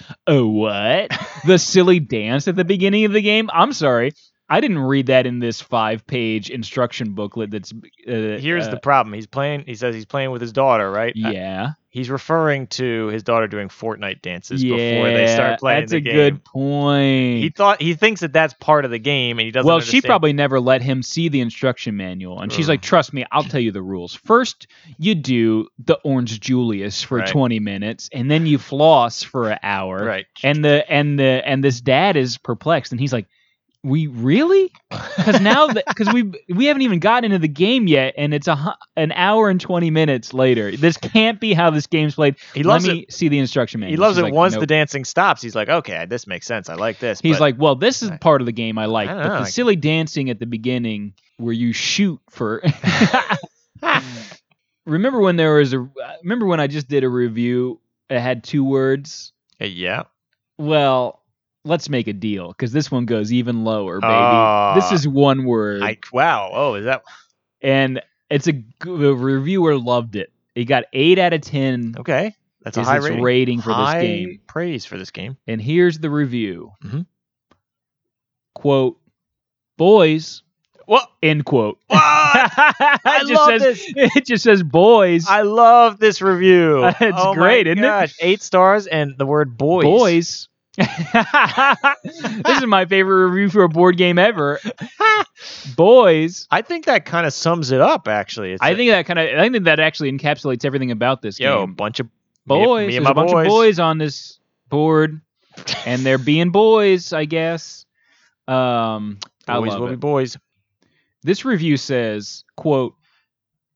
S2: oh what the silly dance at the beginning of the game i'm sorry i didn't read that in this five page instruction booklet that's uh,
S1: Here's
S2: uh,
S1: the problem. He's playing. He says he's playing with his daughter, right? Uh,
S2: yeah
S1: he's referring to his daughter doing Fortnite dances before they start playing
S2: that's
S1: the
S2: a
S1: game.
S2: good point
S1: He thought he thinks that that's part of the game, and he doesn't.
S2: well she
S1: understand-
S2: probably never let him see the instruction manual and she's
S1: Ugh.
S2: like trust me i'll tell you the rules first you do the orange julius for
S1: Right.
S2: 20 minutes and then you floss for an hour
S1: right.
S2: and the and the and this dad is perplexed and he's like we really because now because we we haven't even gotten into the game yet and it's a hu- an hour and 20 minutes later this can't be how this game's played
S1: He loves
S2: let me see the instruction manual
S1: He loves
S2: She's
S1: it
S2: like,
S1: once
S2: "Nope."
S1: the dancing stops. He's like, okay, this makes sense. I like this.
S2: He's
S1: but-
S2: like, well, this is
S1: I-
S2: part of the game I like,
S1: I don't
S2: but
S1: know,
S2: the
S1: like-
S2: silly dancing at the beginning where you shoot for. remember when there was a? Remember when I just did a review that had two words?
S1: yeah.
S2: Well, let's make a deal because this one goes even lower, baby.
S1: Ah.
S2: this is one word,
S1: I wow. Oh, is that
S2: and it's a g- the reviewer loved it. It got eight out of ten.
S1: okay? That's Oh, a
S2: is
S1: high
S2: its
S1: rating.
S2: rating for
S1: High
S2: this game.
S1: Praise for this game.
S2: And here's the review.
S1: Mhm.
S2: Quote, boys,
S1: What?
S2: end quote.
S1: What?
S2: I
S1: love
S2: says,
S1: this.
S2: It just says boys.
S1: I love this review.
S2: It's
S1: Oh my
S2: great, isn't it?
S1: gosh. Eight stars and the word boys.
S2: boys. this is my favorite review for a board game ever. boys.
S1: I think that kind of sums it up. Actually, it's
S2: I
S1: a-
S2: think that kind of I think that actually encapsulates everything about this
S1: yo, a
S2: game.
S1: bunch of me-
S2: Boys.
S1: Me, and
S2: There's
S1: my
S2: a bunch
S1: boys.
S2: of boys on this board, and they're being boys, I guess. Um, I
S1: Boys
S2: love
S1: will
S2: it.
S1: be boys.
S2: This review says, quote,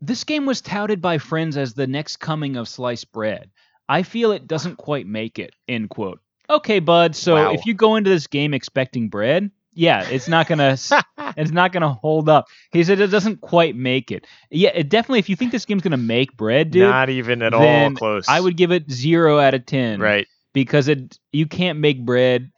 S2: This game was touted by friends as the next coming of sliced bread. I feel it doesn't quite make it, end quote. Okay, bud, so
S1: Wow.
S2: if you go into this game expecting bread, yeah, it's not gonna s- it's not gonna hold up. He said it doesn't quite make it. Yeah, it definitely if you think this game's gonna make bread, dude,
S1: Not even at all
S2: then
S1: close.
S2: I would give it zero out of ten.
S1: Right.
S2: Because it you can't make bread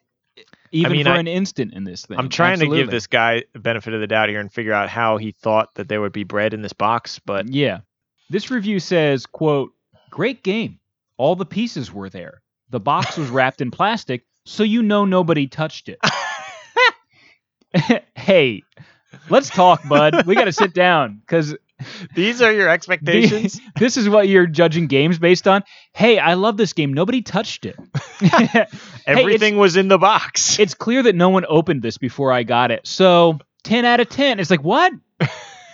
S2: even
S1: mean,
S2: for
S1: I-
S2: an instant in this thing.
S1: I'm trying to give
S2: Absolutely.
S1: this guy the benefit of the doubt here and figure out how he thought that there would be bread in this box, but
S2: yeah this review says quote great game all the pieces were there the box was wrapped in plastic so you know nobody touched it hey, let's talk, bud. We got to sit down because
S1: These are your expectations.
S2: this is what you're judging games based on. Hey, I love this game. Nobody touched it.
S1: Everything was in the box.
S2: It's clear that no one opened this before I got it. So 10 out of 10. It's like, what?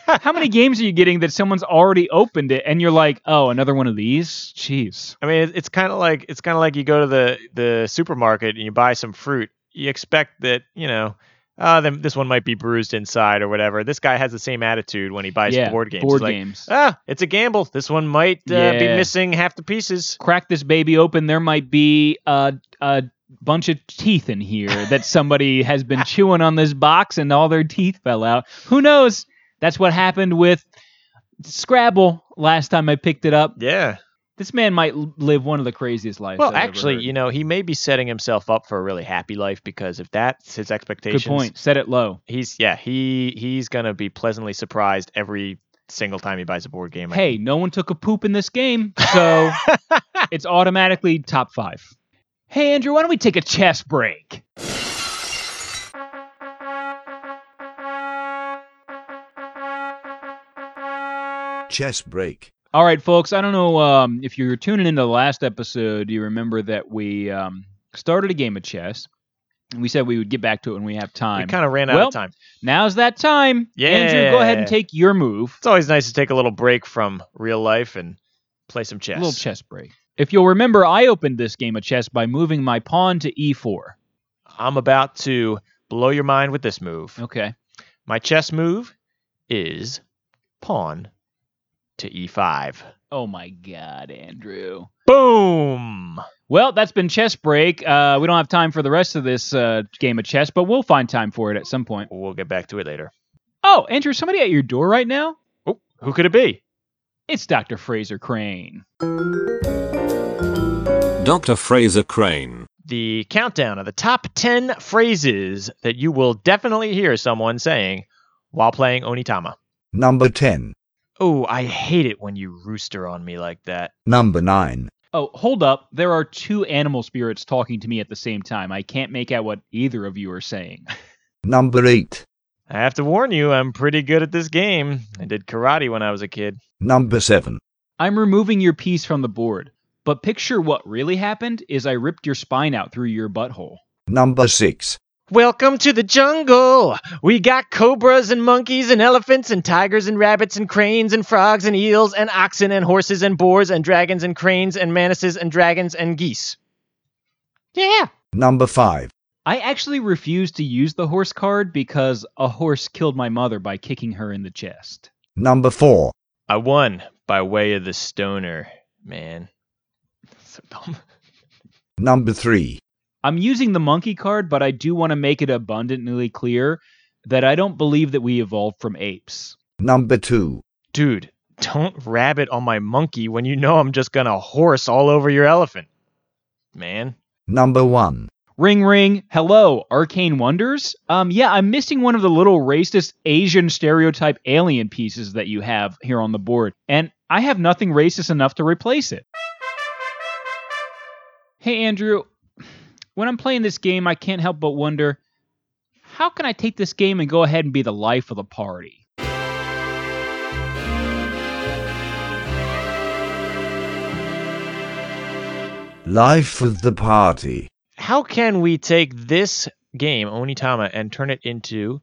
S2: How many games are you getting that someone's already opened it and you're like, oh, another one of these? Jeez.
S1: I mean, it- it's kind of like it's kind of like you go to the the supermarket and you buy some fruit. You expect that you know, uh, then this one might be bruised inside or whatever. This guy has the same attitude when he buys
S2: yeah,
S1: board games.
S2: Board
S1: He's like,
S2: games.
S1: ah, it's a gamble. This one might uh, be
S2: Yeah.
S1: missing half the pieces.
S2: Crack this baby open. There might be a, a bunch of teeth in here that somebody has been chewing on this box and all their teeth fell out. Who knows? That's what happened with Scrabble last time I picked it up.
S1: Yeah.
S2: This man might l- live one of the craziest lives.
S1: Well,
S2: I've ever
S1: actually,
S2: heard.
S1: you know, he may be setting himself up for a really happy life because if that's his expectations,
S2: good point. Set it low.
S1: He's yeah, he he's gonna be pleasantly surprised every single time he buys a board game. I
S2: Hey, no one took a poop in this game, so it's automatically top five. Hey, Andrew, why don't we take a chess break?
S5: Chess break.
S2: All right, folks. I don't know um, if you were tuning into the last episode. You remember that we um, started a game of chess. and We said we would get back to it when we have time.
S1: We kind of ran out
S2: Well-
S1: of time.
S2: Now's that time. Andrew, go ahead and
S1: Yeah.
S2: take your move.
S1: It's always nice to take a little break from real life and play some chess.
S2: A little chess break. If you'll remember, I opened this game of chess by moving my pawn to e e4.
S1: I'm about to blow your mind with this move.
S2: Okay.
S1: My chess move is pawn to e e5.
S2: Oh my God, Andrew.
S1: Boom!
S2: Well, that's been chess break. Uh, we don't have time for the rest of this uh, game of chess, but we'll find time for it at some point.
S1: We'll get back to it later.
S2: Oh, Andrew, somebody at your door right now?
S1: Oh, who could it be?
S2: It's Dr. Fraser Crane.
S4: Dr. Fraser Crane.
S1: The countdown of the top 10 phrases that you will definitely hear someone saying while playing Onitama.
S5: Number 10.
S1: Oh, I hate it when you rooster on me like that.
S5: Number 9.
S2: Oh, hold up. There are two animal spirits talking to me at the same time. I can't make out what either of you are saying.
S5: Number 8.
S1: I have to warn you, I'm pretty good at this game. I did karate when I was a kid.
S5: Number 7.
S2: I'm removing your piece from the board, but picture what really happened is I ripped your spine out through your butthole.
S5: Number 6.
S1: Welcome to the jungle. We got cobras and monkeys and elephants and tigers and rabbits and cranes and frogs and eels and oxen and horses and boars and dragons and cranes and manises and dragons and geese. Yeah.
S5: Number 5.
S2: I actually refused to use the horse card because a horse killed my mother by kicking her in the chest.
S5: Number 4.
S1: I won by way of the stoner, man. So dumb.
S5: Number 3.
S2: I'm using the monkey card, but I do want to make it abundantly clear that I don't believe that we evolved from apes.
S5: Number 2.
S1: Dude, don't rabbit on my monkey when you know I'm just gonna horse all over your elephant. Man.
S5: Number 1.
S2: Ring ring, hello, arcane wonders. Um, yeah, I'm missing one of the little racist Asian stereotype alien pieces that you have here on the board, and I have nothing racist enough to replace it. Hey Andrew, when I'm playing this game, I can't help but wonder, how can I take this game and go ahead and be the life of the party?
S5: Life of the party.
S1: how can we take this game Onitama and turn it into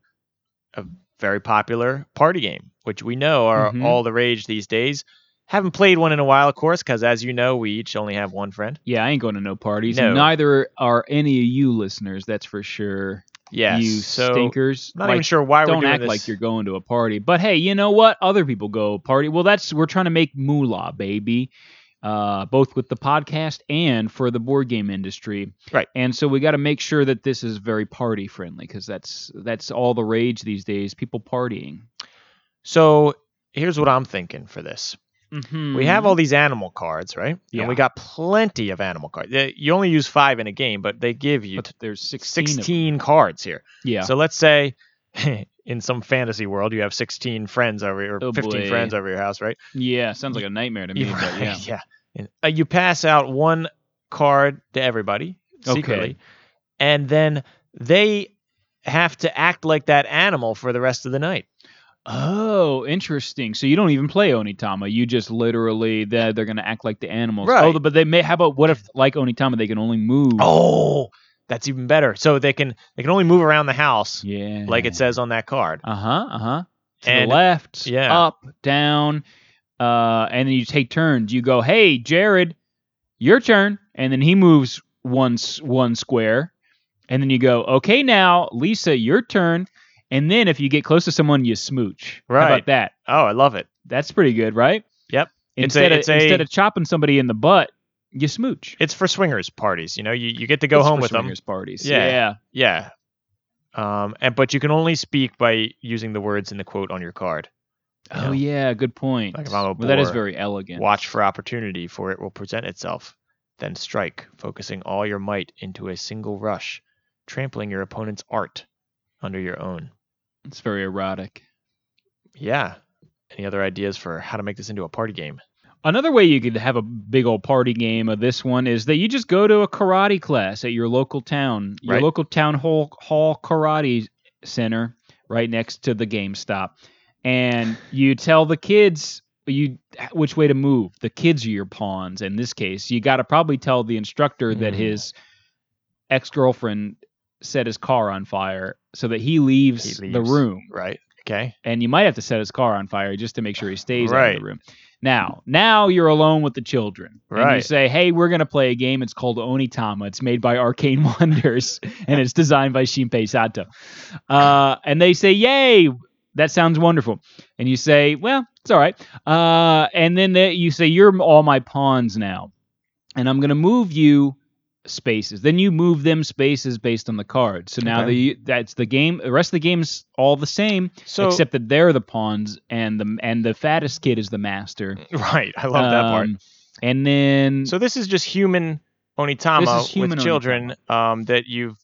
S1: a very popular party game, which we know are
S2: Mhm.
S1: all the rage these days. Haven't played one in a while, of course, because as you know, we each only have one friend.
S2: Yeah, I ain't going to no parties.
S1: No.
S2: and Neither are any of you listeners, that's for sure.
S1: Yes,
S2: You
S1: so
S2: stinkers.
S1: I'm not
S2: Like,
S1: even sure why we're
S2: don't
S1: doing
S2: act
S1: this.
S2: like you're going to a party. But hey, you know what? Other people go party. Well, that's we're trying to make moolah, baby. Uh, both with the podcast and for the board game industry,
S1: Right.
S2: And so we got to make sure that this is very party friendly because that's that's all the rage these days. People partying.
S1: So here's what I'm thinking for this.
S2: Mm-hmm.
S1: We have all these animal cards, right? And
S2: Yeah.
S1: we got plenty of animal cards. They- You only use five in a game, but they give you
S2: But there's 16.
S1: 16,
S2: of-
S1: cards here.
S2: yeah.
S1: So let's say in some fantasy world you have 16 friends over your, or
S2: Oh,
S1: 15
S2: boy.
S1: friends over your house, right?
S2: yeah. Sounds like a nightmare to me.
S1: You-
S2: But yeah.
S1: yeah. And, uh, you pass out one card to everybody secretly,
S2: Okay.
S1: and then they have to act like that animal for the rest of the night.
S2: Oh, interesting. So you don't even play Onitama. You just literally they're, they're going to act like the animals.
S1: Right.
S2: Oh, but they may. How about what if like Onitama they can only move?
S1: Oh, that's even better. So they can they can only move around the house
S2: yeah.
S1: like it says on that card.
S2: Uh huh. Uh huh. To
S1: And-
S2: the left.
S1: yeah.
S2: Up. Down. Uh, and then you take turns. You go, hey, Jared, your turn. And then he moves one s- one square. And then you go, okay, now Lisa, your turn. And then if you get close to someone, you smooch. How
S1: Right.
S2: about that?
S1: Oh, I love it.
S2: That's pretty good, right?
S1: Yep. It's a-
S2: Instead,
S1: it's
S2: of,
S1: a-
S2: instead of chopping somebody in the butt, you smooch.
S1: It's for swingers parties. You know, you, you get to go
S2: It's
S1: home
S2: for
S1: with them.
S2: swingers Parties.
S1: Yeah.
S2: Yeah.
S1: Yeah. Um, and but you can only speak by using the words in the quote on your card. You know,
S2: Oh yeah, good point.
S1: Like if I'm a
S2: well, that is
S1: boar,
S2: very elegant.
S1: Watch for opportunity, for it will present itself. Then strike, focusing all your might into a single rush, trampling your opponent's art under your own.
S2: It's very erotic.
S1: Yeah. Any other ideas for how to make this into a party game?
S2: Another way you could have a big old party game of this one is that you just go to a karate class at your local town, your
S1: Right.
S2: local town hall, hall karate center right next to the GameStop, and you tell the kids you which way to move. The kids are your pawns in this case. You got to probably tell the instructor that
S1: Mm.
S2: his ex girlfriend set his car on fire so that he leaves, the
S1: leaves.
S2: room
S1: Right. Okay.
S2: and you might have to set his car on fire just to make sure he stays out
S1: Right.
S2: of the room. Now, now you're alone with the children. And you
S1: Right.
S2: say, "Hey, we're gonna play a game. It's called Onitama. It's made by Arcane Wonders, and it's designed by Shinpei Sato." Uh, and they say, "Yay, that sounds wonderful." And you say, "Well, it's all right." Uh, and then they, you say, "You're all my pawns now, and I'm gonna move you." spaces then you move them spaces based on the card so now
S1: Okay.
S2: the that's the game the rest of the game's all the same
S1: So
S2: except that they're the pawns and the and the fattest kid is the master.
S1: right, I love that part.
S2: Um, And then
S1: So this is just human Onitama
S2: Mm. This is human
S1: with children um, that you've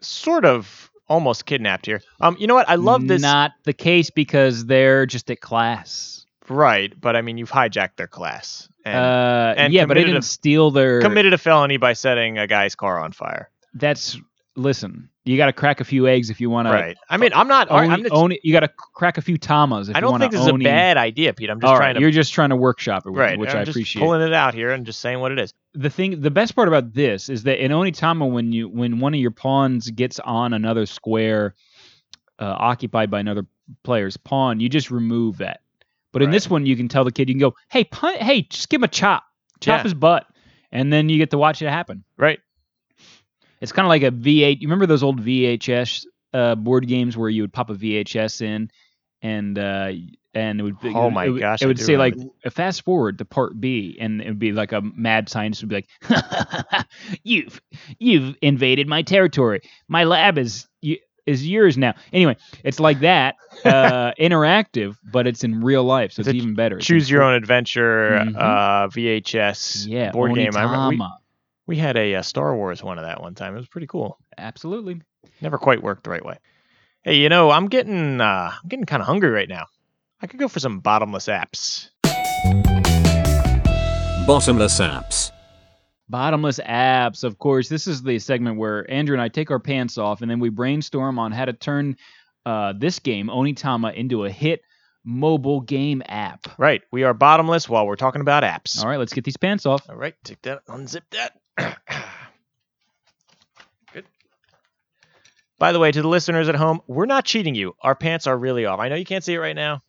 S1: sort of almost kidnapped here. Um, you know what? I love this.
S2: Not the case because they're just at class.
S1: Right, but I mean, you've hijacked their class and
S2: uh,
S1: and
S2: yeah, but I
S1: committed
S2: didn't
S1: a-
S2: steal their.
S1: committed a felony by setting a guy's car on fire.
S2: That's listen. You got to crack a few eggs if you want to.
S1: right. I mean, I'm not.
S2: Own,
S1: I'm just,
S2: own it. You got to crack a few tamas. If
S1: I
S2: you
S1: don't
S2: wanna
S1: think this is a
S2: own it.
S1: bad idea, Pete. I'm just
S2: All right,
S1: trying to.
S2: you're just trying to workshop it, with me,
S1: right.
S2: which
S1: I'm
S2: I
S1: just
S2: appreciate.
S1: Pulling it out here and just saying what it is.
S2: the thing the best part about this is that in onitama when you when one of your pawns gets on another square uh, occupied by another player's pawn you just remove that but in
S1: Right.
S2: this one you can tell the kid you can go hey pun- hey just give him a chop chop
S1: Yeah.
S2: his butt and then you get to watch it happen
S1: Right.
S2: it's kind of like a v8 you remember those old vhs uh, board games where you would pop a vhs in and uh, and it would be-
S1: Oh my
S2: it would,
S1: gosh,
S2: it
S1: I
S2: would
S1: do
S2: say like
S1: remember
S2: uh, fast forward to part B, and it would be like a mad scientist would be like, "You've you've invaded my territory. My lab is y- is yours now." Anyway, it's like that, uh, interactive, but it's in real life, so
S1: It's
S2: it's,
S1: a
S2: even better. It's
S1: Choose
S2: in
S1: your
S2: full-
S1: own adventure
S2: Mhm.
S1: uh, VHS
S2: yeah
S1: board game. I remember we,
S2: Onitama.
S1: we had a, uh Star Wars one of that one time. It was pretty cool.
S2: Absolutely.
S1: Never quite worked the right way. Hey, you know, I'm getting uh, I'm getting kind of hungry right now. I could go for some bottomless apps.
S4: Bottomless apps.
S2: Bottomless apps, of course. This is the segment where Andrew and I take our pants off and then we brainstorm on how to turn uh, this game, Onitama, into a hit mobile game app.
S1: Right, we are bottomless while we're talking about apps.
S2: All right, let's get these pants off.
S1: All right, take that, unzip that. Good. By the way, to the listeners at home, we're not cheating you. Our pants are really off. I know you can't see it right now,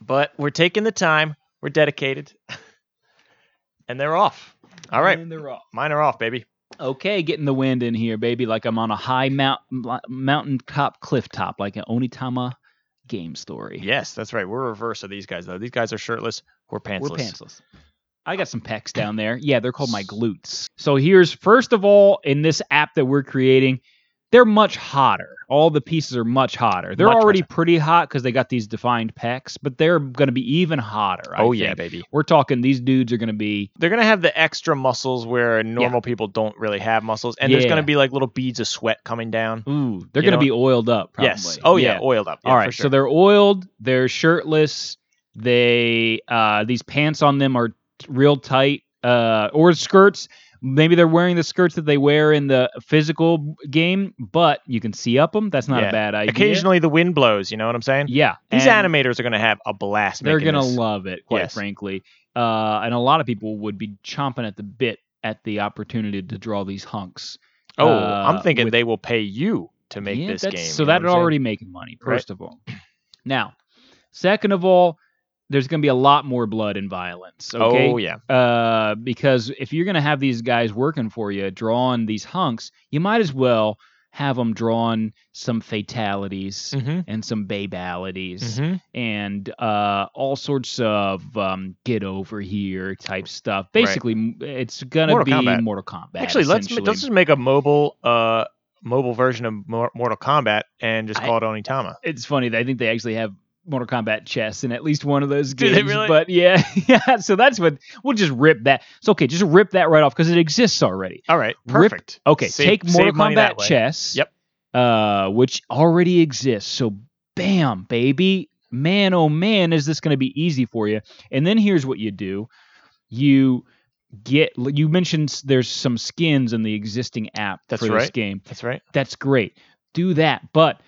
S1: but we're taking the time. We're dedicated, and they're off. All right,
S2: And they're off.
S1: mine are off, baby.
S2: Okay, getting the wind in here, baby, like I'm on a high mount li- mountain top cliff top, like an Onitama game story.
S1: Yes, that's right. We're reverse of these guys though. These guys are shirtless. We're pantsless.
S2: We're pantsless. I got some pecs down there. Yeah, they're called my glutes. So here's first of all in this app that we're creating, they're much hotter. All the pieces are much hotter. They're
S1: Much, much
S2: already
S1: hotter.
S2: pretty hot because they got these defined pecs, but they're going to be even hotter. I
S1: oh yeah,
S2: think.
S1: baby.
S2: We're talking these dudes are going to be
S1: They're gonna have the extra muscles where normal people don't really have muscles, and there's gonna
S2: Yeah.
S1: be like little beads of sweat coming down.
S2: ooh, they're
S1: You know-
S2: going to be oiled up. Probably.
S1: Yes. Oh yeah, oiled up. Yeah,
S2: All
S1: for
S2: right,
S1: sure.
S2: so they're oiled, they're shirtless, they uh these pants on them are t- real tight uh or skirts, Maybe they're wearing the skirts that they wear in the physical game, but you can see up them. That's not
S1: Yeah.
S2: a bad idea.
S1: Occasionally the wind blows, you know what I'm saying?
S2: yeah.
S1: These
S2: and-
S1: animators are going to have a blast.
S2: They're
S1: making
S2: gonna
S1: this.
S2: love it, quite
S1: Yes.
S2: frankly. Uh, and a lot of people would be chomping at the bit at the opportunity to draw these hunks.
S1: Oh,
S2: uh,
S1: I'm thinking
S2: with-
S1: they will pay you to make
S2: Yeah,
S1: this
S2: that's-
S1: game.
S2: So
S1: you know what
S2: that
S1: I'm saying?
S2: already making money,
S1: Right.
S2: first of all. Now, second of all, there's gonna be a lot more blood and violence. Okay.
S1: Oh yeah.
S2: Uh, because if you're gonna have these guys working for you, drawing these hunks, you might as well have them drawing some fatalities
S1: Mm-hmm.
S2: and some babalities
S1: Mm-hmm.
S2: and uh, all sorts of um, get over here type stuff. Basically, m it's gonna
S1: Mortal
S2: be
S1: Kombat.
S2: Mortal Kombat.
S1: Actually, let's ma-
S2: essentially.
S1: let's just make a mobile uh mobile version of Mor- Mortal Kombat and just
S2: I-
S1: call it Onitama.
S2: It's funny. that I think they actually have Mortal Kombat chess in at least one of those
S1: Do they
S2: games.
S1: really?
S2: But yeah, yeah. So that's what we'll just rip that. So okay, just rip that right off because it exists already.
S1: All right,
S2: Rip-
S1: perfect.
S2: Okay,
S1: Save-
S2: take
S1: save
S2: Mortal
S1: money that
S2: Kombat
S1: way.
S2: chess.
S1: Yep.
S2: Uh, which already exists. So bam, baby. Man, oh man, is this going to be easy for you? And then here's what you do: you get. You mentioned s- there's some skins in the existing app
S1: That's
S2: for this
S1: right.
S2: game.
S1: That's right.
S2: That's great. Do that, but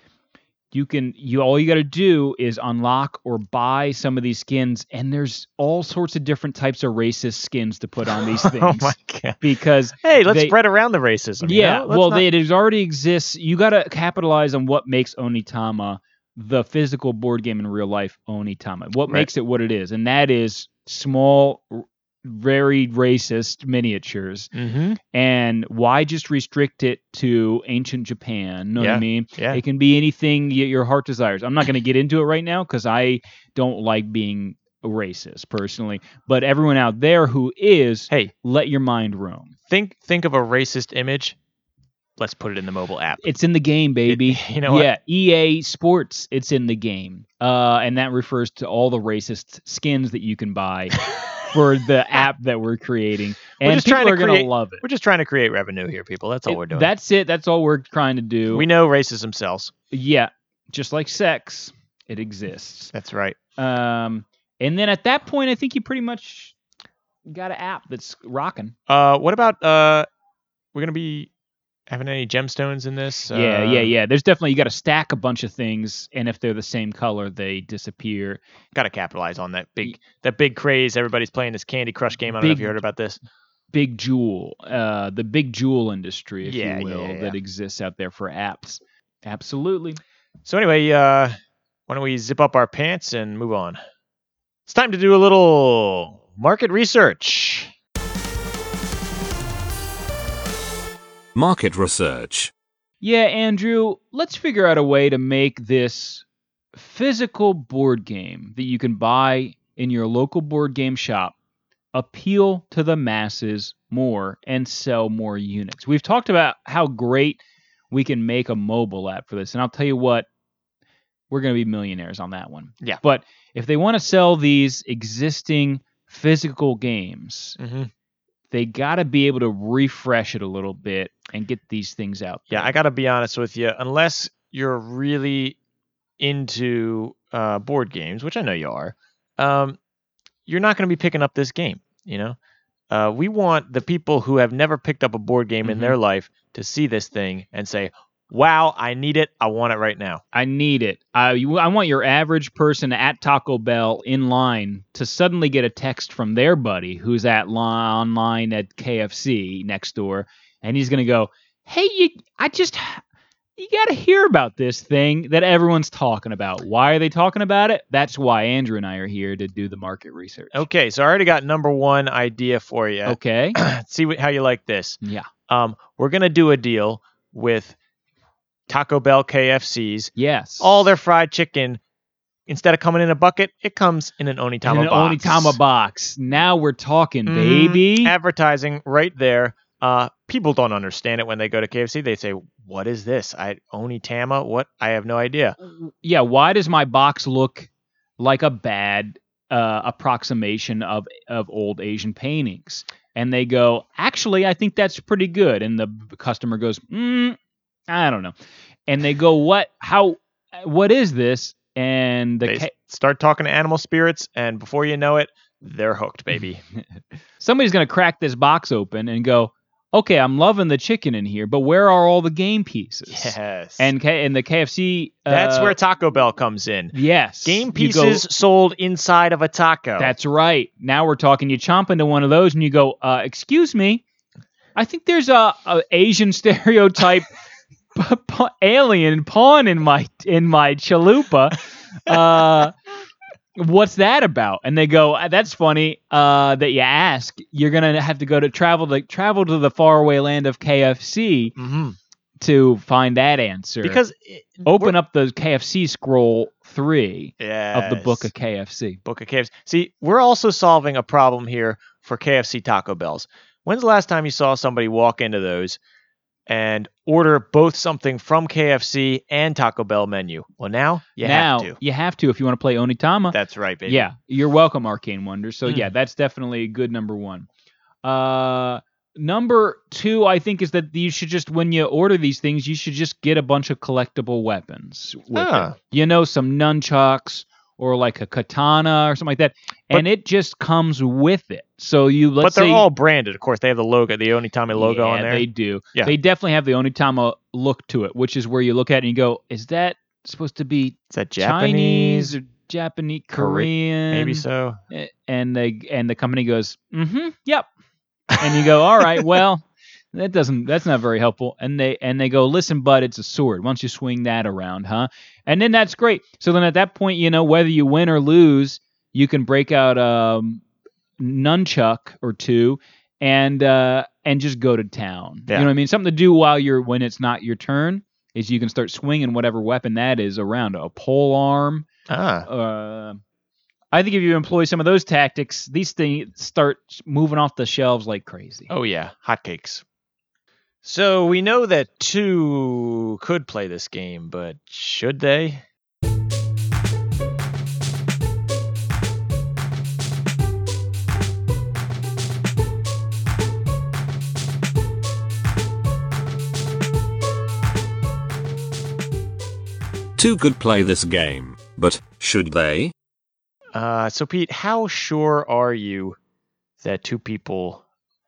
S2: you can you all you got to do is unlock or buy some of these skins and there's all sorts of different types of racist skins to put on these things
S1: oh my god.
S2: because
S1: Hey, let's
S2: They-
S1: spread around the racism. you
S2: yeah,
S1: know? Let's
S2: well,
S1: not-
S2: they, it already exists. You got to capitalize on what makes Onitama the physical board game in real life. Onitama, what
S1: Right.
S2: makes it what it is, and that is small, r- very racist miniatures.
S1: Mhm.
S2: And why just restrict it to ancient Japan? Know what
S1: Yeah,
S2: I mean?
S1: yeah.
S2: It can be anything y- your heart desires. I'm not going to get into it right now because I don't like being racist personally. But everyone out there who is,
S1: Hey,
S2: let your mind roam.
S1: think think of a racist image. Let's put it in the mobile app.
S2: It's in the game, baby.
S1: you know what?
S2: yeah, EA Sports. It's in the game, uh, and that refers to all the racist skins that you can buy for the app that we're creating. And
S1: just
S2: people
S1: trying to
S2: are gonna
S1: create-
S2: love it.
S1: We're just trying to create revenue here, people. That's all
S2: It-
S1: we're doing.
S2: That's it. That's all we're trying to do.
S1: we know racism sells.
S2: yeah, just like sex, it exists.
S1: That's right.
S2: Um, and then at that point, I think you pretty much got an app that's rocking.
S1: Uh, what about uh, we're gonna be having any gemstones in this?
S2: yeah,
S1: Uh,
S2: yeah, yeah. There's definitely you got to stack a bunch of things, and if they're the same color, they disappear.
S1: Got to capitalize on that big that big craze. Everybody's playing this Candy Crush game. I don't know if
S2: Big-
S1: you heard about this.
S2: big jewel, uh, the big jewel industry, if
S1: Yeah, yeah,
S2: you will,
S1: yeah,
S2: that exists out there for apps. Absolutely.
S1: So anyway, uh, why don't we zip up our pants and move on? It's time to do a little market research.
S4: Market research.
S2: Yeah, Andrew, let's figure out a way to make this physical board game that you can buy in your local board game shop appeal to the masses more and sell more units. We've talked about how great we can make a mobile app for this, and I'll tell you what, we're going to be millionaires on that one.
S1: Yeah.
S2: But if they want to sell these existing physical games,
S1: Mm-hmm.
S2: they got to be able to refresh it a little bit and get these things out.
S1: Yeah, I got to be honest with you. Unless you're really into uh, board games, which I know you are, um, you're not going to be picking up this game. You know, uh, we want the people who have never picked up a board game in
S2: Mhm.
S1: their life to see this thing and say, "Wow, I need it. I want it right now."
S2: I need it. I, you- I want your average person at Taco Bell in line to suddenly get a text from their buddy who's at li- online at KFC next door, and he's gonna go, "Hey, you, I just." You got to hear about this thing that everyone's talking about. Why are they talking about it? That's why Andrew and I are here to do the market research.
S1: Okay, so I already got number one idea for you.
S2: Okay.
S1: see what, how you like this.
S2: Yeah.
S1: Um, we're gonna do a deal with Taco Bell, KFC's,
S2: Yes.
S1: all their fried chicken. Instead of coming in a bucket, it comes in an onitama
S2: in an
S1: box.
S2: Onitama box. Now we're talking,
S1: Mhm.
S2: baby.
S1: Advertising right there. Uh, people don't understand it when they go to KFC. They say, "What is this? I onitama? What? I have no idea."
S2: yeah, why does my box look like a bad uh, approximation of of old Asian paintings? And they go, actually, I think that's pretty good. And the b- customer goes, mm, I don't know. And they go, what? How? What is this? And the
S1: they s-
S2: ca-
S1: start talking to animal spirits, and before you know it, they're hooked, baby.
S2: somebody's gonna crack this box open and go, okay, I'm loving the chicken in here, but where are all the game pieces?
S1: Yes.
S2: And K- and the KFC. Uh,
S1: that's where Taco Bell comes in.
S2: yes,
S1: Game
S2: you go-
S1: pieces sold inside of a taco.
S2: That's right. Now we're talking. You chomp into one of those and you go, uh, "Excuse me, I think there's a, a Asian stereotype p- p- alien pawn in my in my chalupa." Uh, What's that about? And they go, "Uh, "That's funny uh, that you ask. You're gonna have to go to travel to travel to the faraway land of KFC
S1: Mhm.
S2: to find that answer.
S1: because it-
S2: open up the KFC scroll three of the book
S1: Yes.
S2: of KFC.
S1: Book of KFC. See, we're also solving a problem here for KFC Taco Bells. When's the last time you saw somebody walk into those and order both something from KFC and Taco Bell menu? Well, now you
S2: now
S1: have to.
S2: you have to if you want to play Onitama.
S1: That's right, baby.
S2: yeah, you're welcome, Arcane Wonders. So yeah,
S1: Mm.
S2: that's definitely a good number one. Uh, number two, I think, is that you should just when you order these things, you should just get a bunch of collectible weapons. With
S1: Ah.
S2: it. You know, some nunchucks or like a katana or something like that, and it just comes with it. So you let's
S1: but they're
S2: say
S1: all branded, of course. They have the logo, the Onitami logo
S2: yeah,
S1: on there.
S2: They do.
S1: Yeah.
S2: They definitely have the Onitama look to it, which is where you look at it and you go, is that supposed to be
S1: Is that
S2: Chinese
S1: Japanese?
S2: or Japanese,
S1: Kore-
S2: Korean,
S1: Maybe so.
S2: A- And the and the company goes, mm-hmm, yep. And you go, all right, well, that doesn't that's not very helpful. And they and they go, listen, bud, it's a sword. Why don't you swing that around, huh? And then that's great. So then at that point, you know, whether you win or lose, you can break out um nunchuck or two and uh and just go to town.
S1: Yeah.
S2: You know what I mean? Something to do while you're when it's not your turn is you can start swinging whatever weapon that is around a pole arm
S1: Ah,
S2: uh, I think if you employ some of those tactics, these things start moving off the shelves like crazy.
S1: Oh yeah, hotcakes. So we know that two could play this game, but should they?
S4: Two could play this game, but should they?
S1: Uh, so Pete, how sure are you that two people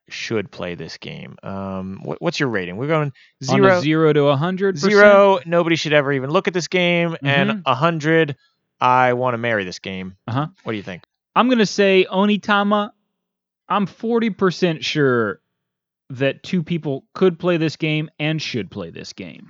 S1: should play this game? Um, what, what's your rating? We're going
S2: On
S1: zero,
S2: a zero to a hundred. percent?
S1: zero. Nobody should ever even look at this game, and
S2: Mhm.
S1: a hundred. I want to marry this game.
S2: Uh-huh.
S1: What do you think?
S2: I'm gonna say Onitama. I'm forty percent sure that two people could play this game and should play this game.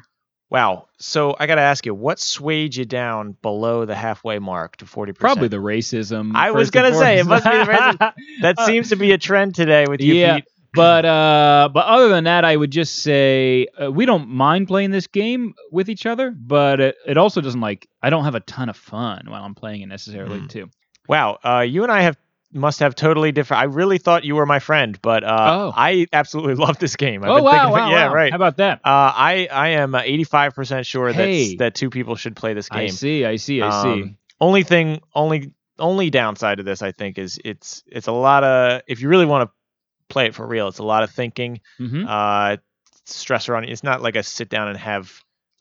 S1: Wow. So I got to ask you, what swayed you down below the halfway mark to forty percent?
S2: Probably the racism.
S1: I was
S2: first and
S1: gonna say, it must
S2: foremost.
S1: be the racism. That
S2: Uh,
S1: seems to be a trend today with you,
S2: yeah.
S1: Pete.
S2: but uh but other than that i would just say uh, we don't mind playing this game with each other but it, it also doesn't like i don't have a ton of fun while i'm playing it necessarily
S1: Mhm.
S2: too
S1: Wow, uh, you and I have must have totally different. I really thought you were my friend, but uh,
S2: Oh.
S1: I absolutely love this game. I've
S2: oh
S1: been thinking
S2: wow,
S1: about-
S2: wow
S1: yeah,
S2: wow.
S1: right.
S2: how
S1: Uh,
S2: about that
S1: I I am eighty five percent sure
S2: Hey.
S1: that that two people should play this
S2: i
S1: game.
S2: see i see i see
S1: Um, Only thing, only only downside to this, I think, is it's it's a lot of if you really want to play it for real, it's a lot of thinking.
S2: hmm
S1: uh stressor on it's not like a sit down and have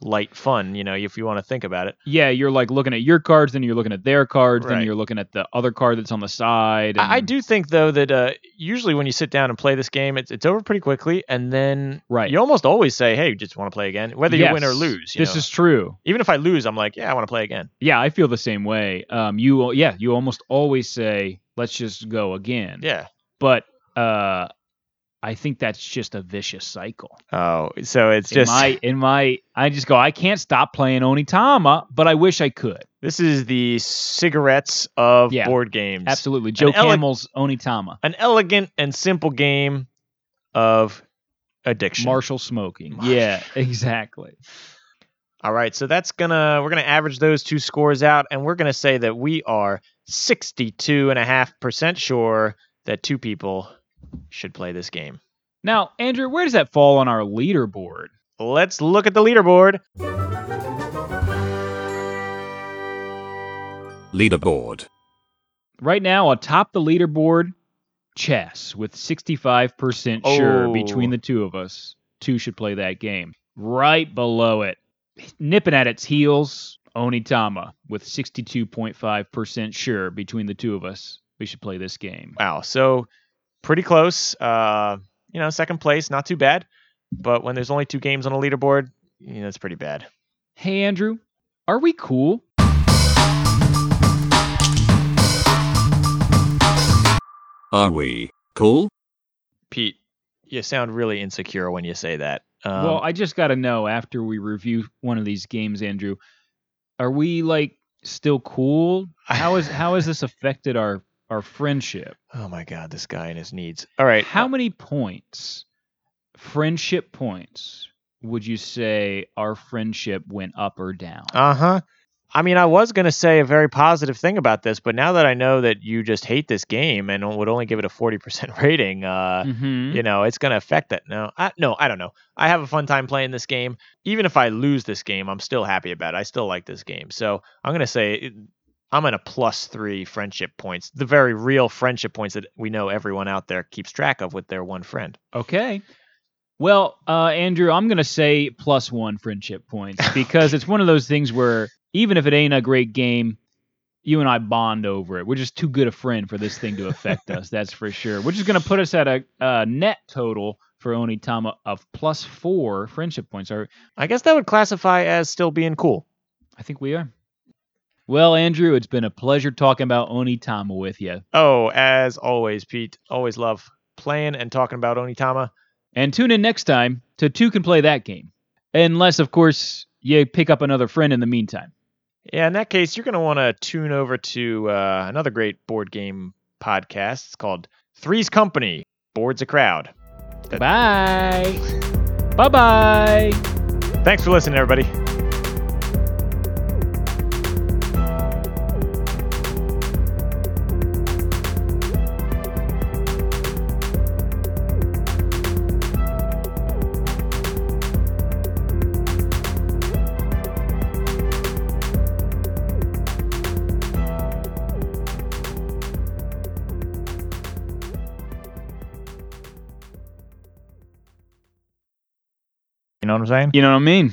S1: light fun you know if you want to think about it
S2: yeah you're like looking at your cards then you're looking at their cards
S1: Right.
S2: then you're looking at the other card that's on the side
S1: I, I
S2: and-
S1: do think though that uh usually when you sit down and play this game it's, it's over pretty quickly and then
S2: right
S1: you almost always say hey just want to play again whether you win or
S2: Yes,
S1: lose you
S2: this
S1: know.
S2: is true
S1: even if i lose i'm like yeah i want to play again
S2: yeah i feel the same way um you yeah you almost always say let's just go again
S1: yeah
S2: but uh I think that's just a vicious cycle.
S1: oh so it's
S2: in
S1: just
S2: my in my I just go, I can't stop playing Onitama, but I wish I could.
S1: this is the cigarettes of
S2: Yeah,
S1: board games
S2: Absolutely. Joe
S1: ele-
S2: Camel's Onitama.
S1: an elegant and simple game of addiction
S2: Marshall smoking.
S1: Marshall.
S2: Yeah, exactly.
S1: All right, so that's gonna we're gonna average those two scores out, and we're gonna say that we are sixty-two and a half percent sure that two people should play this game.
S2: Now, Andrew, where does that fall on our leaderboard?
S1: Let's look at the leaderboard.
S4: Leaderboard.
S2: Right now, atop the leaderboard, chess with 65% sure
S1: Oh.
S2: between the two of us. Two should play that game. Right below it, nipping at its heels, Onitama with 62.5% sure between the two of us. We should play this game.
S1: Wow, so pretty close. Uh, you know, second place, not too bad. But when there's only two games on a leaderboard, you know, it's pretty bad.
S2: Hey, Andrew, are we cool?
S4: Are we cool?
S1: Pete, you sound really insecure when you say that. Um,
S2: well, I just got to know after we review one of these games, Andrew, are we like still cool? How is how has this affected our our friendship?
S1: oh my God, this guy and his needs. All right,
S2: How many points, friendship points, would you say our friendship went up or down?
S1: Uh huh. I mean, I was going to say a very positive thing about this, but now that I know that you just hate this game and would only give it a 40% rating, uh,
S2: Mhm.
S1: you know, it's going to affect that. No, I, no, I don't know. I have a fun time playing this game. Even if I lose this game, I'm still happy about it. I still like this game. So I'm going to say it, I'm in a plus three friendship points, the very real friendship points that we know everyone out there keeps track of with their one friend.
S2: Okay. Well, uh, Andrew, I'm going to say plus one friendship points because it's one of those things where even if it ain't a great game, you and I bond over it. We're just too good a friend for this thing to affect us. That's for sure. Which is going to put us at a, a net total for Onitama of plus four friendship points. Are
S1: I guess that would classify as still being cool.
S2: I think we are. Well, Andrew, it's been a pleasure talking about Onitama with you.
S1: Oh, as always, Pete, always love playing and talking about Onitama.
S2: And tune in next time to Two Can Play That Game. Unless, of course, you pick up another friend in the meantime.
S1: Yeah, in that case, you're going to want to tune over to uh, another great board game podcast. It's called Three's Company Boards a Crowd.
S2: Bye. Bye bye.
S1: Thanks for listening, everybody. You know what I'm saying?
S2: You know what I mean?